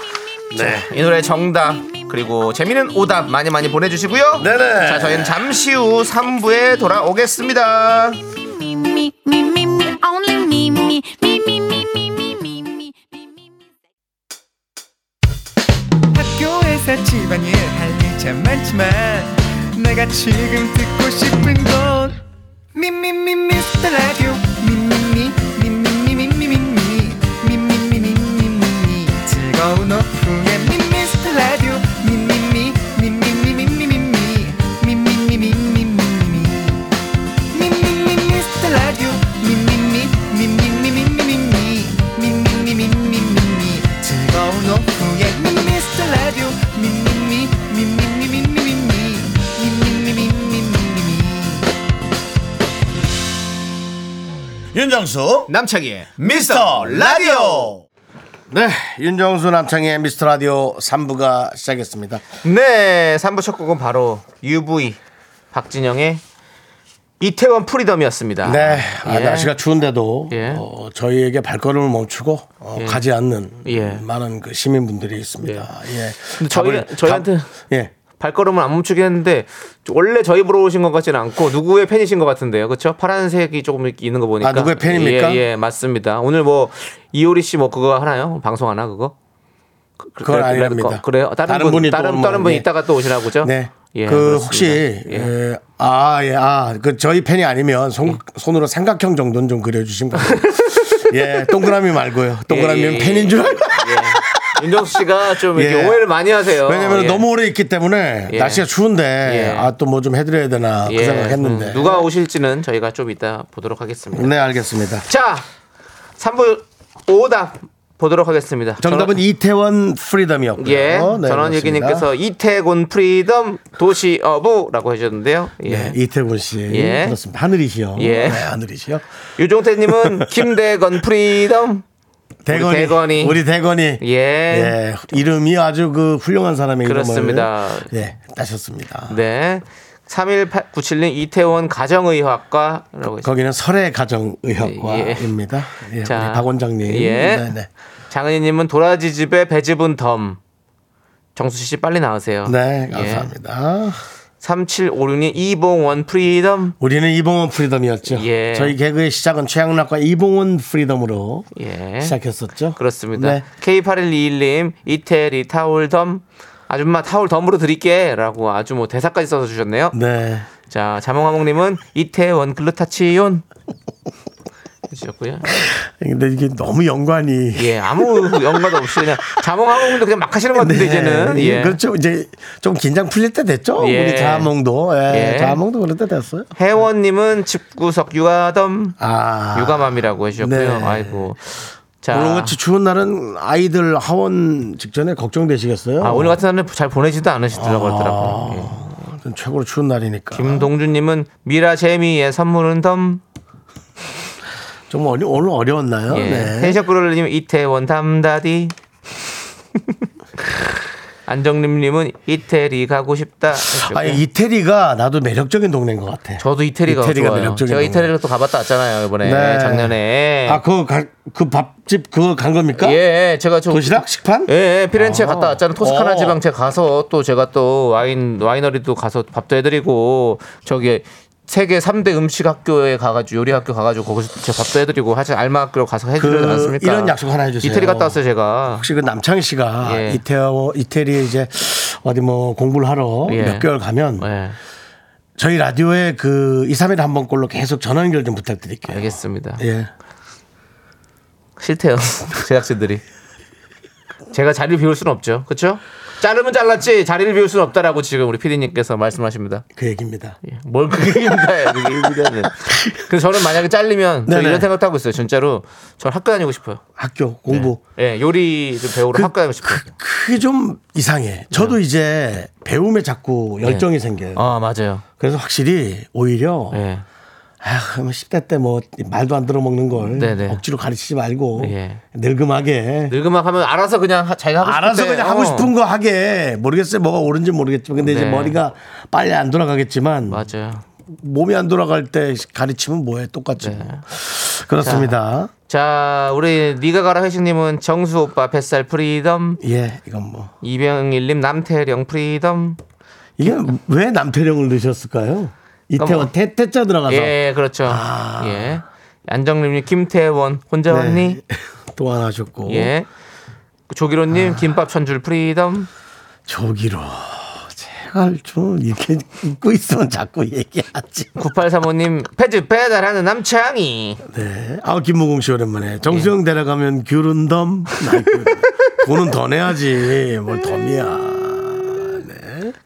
[SPEAKER 1] 네.
[SPEAKER 2] 이 노래 정답 그리고 재미있는 오답 많이 많이 보내주시고요
[SPEAKER 1] 네네.
[SPEAKER 2] 자 저희는 잠시 후 3부에 돌아오겠습니다
[SPEAKER 6] Me, me, me, me, me, only me, me, me, me, me, me, me, me, me, me, me.
[SPEAKER 7] 학교에서 집안일 할 일 참 많지만 내가 지금 듣고 싶은 건 미미미 미스터 라디오 미미미 미미미 미미미 미미미 미미미 즐거운 오후에 미스터 라디오 미미미 미미미 미미미 미미미 미미미 미미미 미스터 라디오 미미미 미미미 미미미 미미미 미미미 즐거운 오후에 미스터 라디오 미미미 미미미 미미미 미미미 미미미
[SPEAKER 4] 윤정수
[SPEAKER 2] 남창희의
[SPEAKER 4] 미스터 라디오
[SPEAKER 1] 네, 윤정수 남창의 미스터 라디오 3부가 시작했습니다.
[SPEAKER 2] 네 3부 첫 곡은 바로 UV 박진영의 이태원 프리덤이었습니다
[SPEAKER 1] 네, 아,
[SPEAKER 2] 예.
[SPEAKER 1] 날씨가 추운데도
[SPEAKER 2] 예.
[SPEAKER 1] 어, 저희에게 발걸음을 멈추고 어, 가지 않는
[SPEAKER 2] 예.
[SPEAKER 1] 많은 그 시민분들이 있습니다. 예,
[SPEAKER 2] 근데
[SPEAKER 1] 답을-
[SPEAKER 2] 저희- 저희한테-
[SPEAKER 1] 답- 예,
[SPEAKER 2] 발걸음을 안 멈추게 했는데 원래 저희 보러 오신 것 같지는 않고 누구의 팬이신 것 같은데요, 그렇죠? 파란색이 조금 이렇게 있는 거 보니까
[SPEAKER 1] 아, 누구의 팬입니까?
[SPEAKER 2] 예, 예, 맞습니다. 오늘 뭐 이효리 씨 뭐 그거 하나요? 방송 하나 그거? 그- 그-
[SPEAKER 1] 그건
[SPEAKER 2] 그-
[SPEAKER 1] 아니랍니다.
[SPEAKER 2] 그- 그래요? 다른,
[SPEAKER 1] 다른
[SPEAKER 2] 분,
[SPEAKER 1] 분이 또
[SPEAKER 2] 다른
[SPEAKER 1] 오면,
[SPEAKER 2] 다른 분이
[SPEAKER 1] 예.
[SPEAKER 2] 이따가 또 오시나 보죠?
[SPEAKER 1] 네.
[SPEAKER 2] 예,
[SPEAKER 1] 그
[SPEAKER 2] 그렇습니다.
[SPEAKER 1] 혹시
[SPEAKER 2] 예.
[SPEAKER 1] 예, 아, 예, 아, 그 저희 팬이 아니면 손, 손으로 삼각형 정도는 좀 그려주신 거예요. 예, 동그라미 말고요. 동그라미는
[SPEAKER 2] 예, 예,
[SPEAKER 1] 팬인 줄 알고.
[SPEAKER 2] 예. 윤정수 씨가 좀 이렇게
[SPEAKER 1] 예.
[SPEAKER 2] 오해를 많이 하세요.
[SPEAKER 1] 왜냐면
[SPEAKER 2] 예.
[SPEAKER 1] 너무 오래 있기 때문에
[SPEAKER 2] 예.
[SPEAKER 1] 날씨가 추운데
[SPEAKER 2] 예.
[SPEAKER 1] 아 또 뭐 좀 해드려야 되나 그
[SPEAKER 2] 예,
[SPEAKER 1] 생각했는데
[SPEAKER 2] 음, 누가 오실지는 저희가 좀 이따 보도록 하겠습니다.
[SPEAKER 1] 네 알겠습니다.
[SPEAKER 2] 자, 3부 오답 보도록 하겠습니다.
[SPEAKER 1] 정답은 이태원 프리덤이었고요.
[SPEAKER 2] 예,
[SPEAKER 1] 네,
[SPEAKER 2] 전원일기님께서
[SPEAKER 1] 그렇습니다.
[SPEAKER 2] 이태곤 프리덤 도시 어부라고 해주셨는데요. 예.
[SPEAKER 1] 네, 이태곤 씨
[SPEAKER 2] 예.
[SPEAKER 1] 그렇습니다. 하늘이시여.
[SPEAKER 2] 예.
[SPEAKER 1] 네, 하늘이시여.
[SPEAKER 2] 유종태님은 김대건 프리덤.
[SPEAKER 1] 대건이
[SPEAKER 2] 대건이.
[SPEAKER 1] 우리 대건이
[SPEAKER 2] 예.
[SPEAKER 1] 예, 이름이 아주 그 훌륭한 사람의
[SPEAKER 2] 그렇습니다.
[SPEAKER 1] 이름을 예, 따셨습니다.
[SPEAKER 2] 네. 31897님 이태원 가정의학과라고 있습니다.
[SPEAKER 1] 거기는 설의 가정의학과입니다. 예,
[SPEAKER 2] 자,
[SPEAKER 1] 우리 박 원장님.
[SPEAKER 2] 예.
[SPEAKER 1] 네, 네.
[SPEAKER 2] 장은희님은 도라지 집에 배집은 덤. 정수 씨 빨리 나오세요.
[SPEAKER 1] 네,
[SPEAKER 2] 예.
[SPEAKER 1] 감사합니다.
[SPEAKER 2] 3756님 이봉원 프리덤.
[SPEAKER 1] 우리는 이봉원 프리덤이었죠.
[SPEAKER 2] 예.
[SPEAKER 1] 저희 개그의 시작은 최양락과 이봉원 프리덤으로
[SPEAKER 2] 예.
[SPEAKER 1] 시작했었죠.
[SPEAKER 2] 그렇습니다.
[SPEAKER 1] 네.
[SPEAKER 2] K8121님 이태리 타올덤 아줌마 타올덤으로 드릴게라고 아주 뭐 대사까지 써서 주셨네요.
[SPEAKER 1] 네.
[SPEAKER 2] 자 자몽아몽님은 이태원 글루타치온 주셨고요.
[SPEAKER 1] 근데 이게 너무 연관이
[SPEAKER 2] 예 아무 연관도 없이 그냥 자몽아몽도 그냥 막 하시는 것 같은데 이제는
[SPEAKER 1] 예,
[SPEAKER 2] 예.
[SPEAKER 1] 그렇죠. 이제 좀 긴장 풀릴 때 됐죠.
[SPEAKER 2] 예.
[SPEAKER 1] 우리 자몽도 예,
[SPEAKER 2] 예.
[SPEAKER 1] 자몽도 그럴 때 됐어요.
[SPEAKER 2] 회원님은 집구석 육아덤
[SPEAKER 1] 아,
[SPEAKER 2] 육아맘이라고 해주셨고요.
[SPEAKER 1] 네.
[SPEAKER 2] 아이고 자.
[SPEAKER 1] 오늘같이 추운 날은 아이들 하원 직전에 걱정되시겠어요.
[SPEAKER 2] 아, 오늘 같은 날은 잘 보내지도 않으시더라고요.
[SPEAKER 1] 아.
[SPEAKER 2] 그러더라고요. 예.
[SPEAKER 1] 최고로 추운 날이니까.
[SPEAKER 2] 김동준님은 미라 재미의 선물은 덤.
[SPEAKER 1] 좀 어려, 오늘 어려웠나요?
[SPEAKER 2] 예.
[SPEAKER 1] 네.
[SPEAKER 2] 텐션 꾸러리님 이태원 담다디. 안정림님은 이태리 가고 싶다. 해주셨고요.
[SPEAKER 1] 아 이태리가 나도 매력적인 동네인 것 같아.
[SPEAKER 2] 저도 이태리가,
[SPEAKER 1] 이태리가
[SPEAKER 2] 좋아요.
[SPEAKER 1] 매력적인
[SPEAKER 2] 제가
[SPEAKER 1] 동네.
[SPEAKER 2] 이태리를 또 가봤다 왔잖아요 이번에 네, 작년에.
[SPEAKER 1] 네. 아, 그거 가- 그 밥집 그거 간 겁니까?
[SPEAKER 2] 예, 제가 저
[SPEAKER 1] 도시락 식판?
[SPEAKER 2] 예, 예, 피렌체 갔다 왔잖아요. 토스카나
[SPEAKER 1] 어.
[SPEAKER 2] 지방 제가 가서 또 제가 또 와인 와이너리도 가서 밥도 해드리고 저기 세계 3대 음식 학교에 가가지고 요리 학교 가가지고 거기서 제가 밥도 해드리고 하여튼 알마 학교로 가서 해드리지
[SPEAKER 1] 그
[SPEAKER 2] 않습니까?
[SPEAKER 1] 이런 약속 하나 해주세요.
[SPEAKER 2] 이태리 갔다 왔어요 제가.
[SPEAKER 1] 혹시 그 남창희 씨가
[SPEAKER 2] 예.
[SPEAKER 1] 이태어 이태리에 이제 어디 뭐 공부를 하러
[SPEAKER 2] 예.
[SPEAKER 1] 몇 개월 가면
[SPEAKER 2] 예,
[SPEAKER 1] 저희 라디오에 그 2, 3일에 한 번꼴로 계속 전화 연결 좀 부탁드릴게요.
[SPEAKER 2] 알겠습니다.
[SPEAKER 1] 예.
[SPEAKER 2] 싫대요 제작진들이. 제가 자리를 비울 수는 없죠, 그렇죠? 자르면 잘랐지 자리를 비울 수는 없다라고 지금 우리 피디님께서 말씀하십니다.
[SPEAKER 1] 그 얘기입니다.
[SPEAKER 2] 예, 뭘 그게 힘들어요. 그래서 저는 만약에 잘리면 저
[SPEAKER 1] 네네.
[SPEAKER 2] 이런 생각도 하고 있어요. 진짜로 저는 학교 다니고 싶어요.
[SPEAKER 1] 학교 공부.
[SPEAKER 2] 예, 요리 좀 배우러 학교 다니고 싶어요.
[SPEAKER 1] 그 그게 좀 이상해.
[SPEAKER 2] 네.
[SPEAKER 1] 저도 이제 배움에 자꾸 열정이 생겨요.
[SPEAKER 2] 아 맞아요.
[SPEAKER 1] 그래서 확실히 오히려
[SPEAKER 2] 예,
[SPEAKER 1] 아, 뭐 10대 때 뭐 말도 안 들어먹는 걸
[SPEAKER 2] 네네.
[SPEAKER 1] 억지로 가르치지 말고
[SPEAKER 2] 예.
[SPEAKER 1] 늙음하게
[SPEAKER 2] 늙으면 하면 알아서 그냥 하- 자기가 하고 싶은
[SPEAKER 1] 알아서
[SPEAKER 2] 때,
[SPEAKER 1] 그냥
[SPEAKER 2] 어.
[SPEAKER 1] 하고 싶은 거 하게 모르겠어요 뭐가 옳은지 모르겠지만 근데 이제
[SPEAKER 2] 네.
[SPEAKER 1] 머리가 빨리 안 돌아가겠지만
[SPEAKER 2] 맞아요.
[SPEAKER 1] 몸이 안 돌아갈 때 가르치면 뭐해 똑같지
[SPEAKER 2] 네.
[SPEAKER 1] 그렇습니다
[SPEAKER 2] 자, 우리 니가 가라 회식님은 정수 오빠 뱃살 프리덤,
[SPEAKER 1] 예 이건 뭐
[SPEAKER 2] 이병일님 남태령 프리덤.
[SPEAKER 1] 이게 왜 남태령을 넣으셨을까요 이태원
[SPEAKER 2] 네. 그러니까
[SPEAKER 1] 태, 태자 들어가서
[SPEAKER 2] 예, 그렇죠.
[SPEAKER 1] 아.
[SPEAKER 2] 예, 안정림님 김태원 혼자
[SPEAKER 1] 네.
[SPEAKER 2] 왔니?
[SPEAKER 1] 또 하나 하셨고
[SPEAKER 2] 예. 조기로님
[SPEAKER 1] 아.
[SPEAKER 2] 김밥 천줄 프리덤.
[SPEAKER 1] 저기로 제가 좀 이렇게 웃고 있으면 자꾸 얘기하지
[SPEAKER 2] 9835님 패즈 배달하는 남창이
[SPEAKER 1] 네. 아 김무공 씨 오랜만에 정수영
[SPEAKER 2] 예.
[SPEAKER 1] 데려가면 귤은 덤 아이, 귤. 돈은 더 내야지
[SPEAKER 2] 네.
[SPEAKER 1] 뭘 덤이야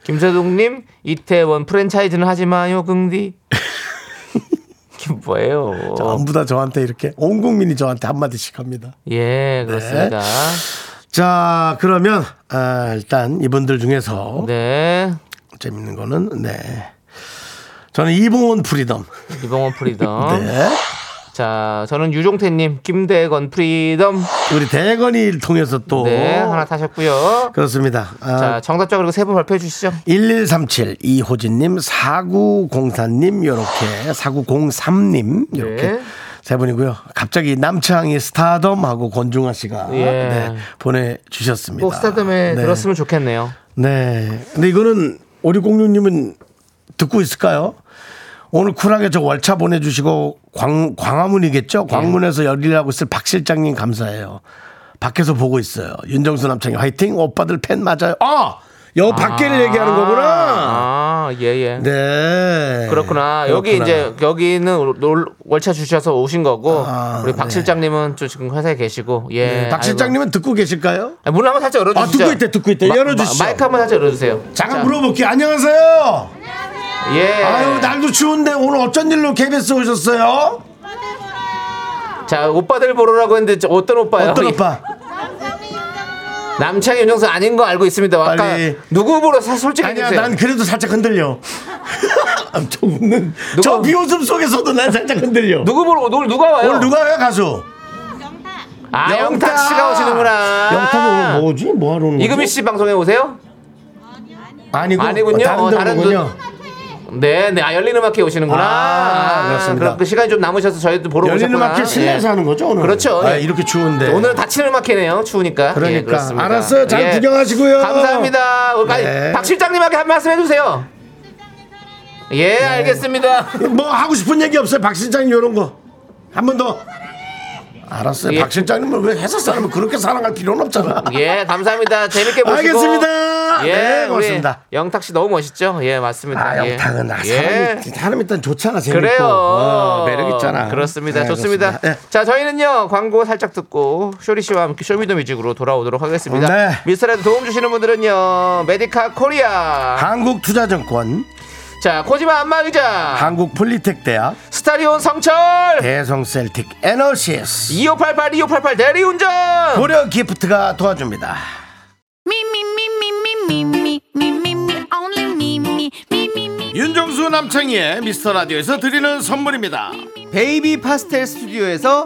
[SPEAKER 2] 김세동님 이태원 프랜차이즈는 하지 마요 긍디 이게 뭐예요
[SPEAKER 1] 전부 다 저한테 이렇게 온 국민이 저한테 한마디씩 합니다
[SPEAKER 2] 예 그렇습니다
[SPEAKER 1] 자 그러면 아, 일단 이분들 중에서
[SPEAKER 2] 네
[SPEAKER 1] 재밌는 거는 네 저는 이봉원 프리덤
[SPEAKER 2] 네. 이봉원 프리덤
[SPEAKER 1] 네.
[SPEAKER 2] 자 저는 유종태님 김대건 프리덤
[SPEAKER 1] 우리 대건이 통해서 또
[SPEAKER 2] 네 하나 타셨고요
[SPEAKER 1] 그렇습니다 아,
[SPEAKER 2] 자 정답자 그리고 세 분 발표해 주시죠
[SPEAKER 1] 1137 이호진님 4904님 요렇게 4903님 요렇게
[SPEAKER 2] 네.
[SPEAKER 1] 세 분이고요. 갑자기 남창희 스타덤하고 권중아 씨가
[SPEAKER 2] 예.
[SPEAKER 1] 네, 보내주셨습니다.
[SPEAKER 2] 꼭
[SPEAKER 1] 네.
[SPEAKER 2] 스타덤에 들었으면 좋겠네요
[SPEAKER 1] 네. 근데 이거는 5606님은 듣고 있을까요? 오늘 쿨하게 저 월차 보내주시고 광, 광화문이겠죠?
[SPEAKER 2] 네.
[SPEAKER 1] 광문에서 열일하고 있을 박 실장님 감사해요. 밖에서 보고 있어요. 아! 윤정수 남창희 화이팅! 오빠들 팬 맞아요. 아! 여 밖에를 얘기하는 거구나!
[SPEAKER 2] 아 아, 예, 예.
[SPEAKER 1] 네.
[SPEAKER 2] 그렇구나. 여기
[SPEAKER 1] 그렇구나.
[SPEAKER 2] 이제 여기는 올- 놀- 월차 주셔서 오신 거고
[SPEAKER 1] 아,
[SPEAKER 2] 우리 박
[SPEAKER 1] 네.
[SPEAKER 2] 실장님은 좀 지금 회사에 계시고 예.
[SPEAKER 1] 네, 박
[SPEAKER 2] 아이고.
[SPEAKER 1] 실장님은 듣고 계실까요?
[SPEAKER 2] 아, 문 한번 살짝 열어주시죠.
[SPEAKER 1] 아, 듣고 있대, 듣고 있대. 열어주시죠.
[SPEAKER 2] 마이크 한번 살짝 열어주세요.
[SPEAKER 1] 잠깐
[SPEAKER 2] 자,
[SPEAKER 1] 물어볼게요. 안녕하세요.
[SPEAKER 2] 예.
[SPEAKER 1] 아유 날도 추운데 오늘 어쩐 일로 KBS 오셨어요?
[SPEAKER 2] 자 오빠들 보러라고 했는데 저 어떤 오빠요?
[SPEAKER 1] 어떤
[SPEAKER 2] 예.
[SPEAKER 1] 오빠?
[SPEAKER 2] 남창희 윤정수 아닌 거 알고 있습니다. 아까
[SPEAKER 1] 빨리.
[SPEAKER 2] 누구 보러 사 솔직히
[SPEAKER 1] 아니야
[SPEAKER 2] 해주세요.
[SPEAKER 1] 난 그래도 살짝 흔들려. 아, 저 웃는
[SPEAKER 2] 누가-
[SPEAKER 1] 저 비웃음 속에서도 난 살짝 흔들려.
[SPEAKER 2] 누구 보러 오늘 누가 와요?
[SPEAKER 1] 오늘 누가요 가수?
[SPEAKER 2] 아 영탁 씨가 오시는구나.
[SPEAKER 8] 아.
[SPEAKER 1] 영탁 오늘 뭐지? 뭐하러 오는 거지?
[SPEAKER 2] 이금희 씨 방송에 오세요?
[SPEAKER 1] 아니고
[SPEAKER 2] 아니군요.
[SPEAKER 1] 다른
[SPEAKER 2] 어,
[SPEAKER 1] 데
[SPEAKER 2] 다른
[SPEAKER 1] 오는군요.
[SPEAKER 2] 네, 네, 아, 열린 음악회 오시는구나.
[SPEAKER 1] 아, 그렇습니다.
[SPEAKER 2] 그럼 그 시간이 좀 남으셔서 저희도 보러
[SPEAKER 1] 열린
[SPEAKER 2] 오셨구나.
[SPEAKER 1] 음악회 실내에서
[SPEAKER 2] 예.
[SPEAKER 1] 하는 거죠 오늘?
[SPEAKER 2] 그렇죠.
[SPEAKER 1] 아,
[SPEAKER 2] 예.
[SPEAKER 1] 이렇게 추운데.
[SPEAKER 2] 오늘 다치는 음악회네요. 추우니까. 예,
[SPEAKER 1] 그러니까
[SPEAKER 2] 그렇습니다.
[SPEAKER 1] 알았어요. 잘
[SPEAKER 2] 예.
[SPEAKER 1] 구경하시고요.
[SPEAKER 2] 감사합니다. 우리 빨리
[SPEAKER 1] 네.
[SPEAKER 2] 박 실장님에게 한 말씀 해주세요. 예,
[SPEAKER 1] 네.
[SPEAKER 2] 알겠습니다.
[SPEAKER 1] 뭐 하고 싶은 얘기 없어요? 박 실장님 이런 거. 한 번 더. 알았어요.
[SPEAKER 2] 예.
[SPEAKER 1] 박 실장님은 왜 회사 사람을 그렇게 사랑할 필요는 없잖아.
[SPEAKER 2] 예, 감사합니다. 재밌게 보시고.
[SPEAKER 1] 알겠습니다.
[SPEAKER 2] 예,
[SPEAKER 1] 네,
[SPEAKER 2] 우리
[SPEAKER 1] 고맙습니다.
[SPEAKER 2] 영탁 씨 너무 멋있죠? 예, 맞습니다.
[SPEAKER 1] 아,
[SPEAKER 2] 예.
[SPEAKER 1] 영탁은 아, 사람이,
[SPEAKER 2] 예.
[SPEAKER 1] 사람이 일단 좋잖아. 재밌고.
[SPEAKER 2] 그래요.
[SPEAKER 1] 어, 매력 있잖아.
[SPEAKER 2] 그렇습니다.
[SPEAKER 1] 네,
[SPEAKER 2] 좋습니다.
[SPEAKER 1] 그렇습니다. 예.
[SPEAKER 2] 자, 저희는요 광고 살짝 듣고 쇼리 씨와 함께 쇼미더뮤직으로 돌아오도록 하겠습니다.
[SPEAKER 1] 네.
[SPEAKER 2] 미스터라도 도움 주시는 분들은요 메디카 코리아,
[SPEAKER 1] 한국투자증권,
[SPEAKER 2] 자 코지마 안마의자,
[SPEAKER 1] 한국폴리텍대학,
[SPEAKER 2] 스타리온 성철,
[SPEAKER 7] 예.
[SPEAKER 1] 대성셀틱 에너시스,
[SPEAKER 2] 예. 2588 2588 대리운전.
[SPEAKER 1] 고려 기프트가 도와줍니다.
[SPEAKER 6] Me, me, me, me, me, me, me, me, me, me, only me, me, me, me, me.
[SPEAKER 1] 윤정수 남창희의 미스터 라디오에서 드리는 선물입니다.
[SPEAKER 7] 베이비 파스텔 스튜디오에서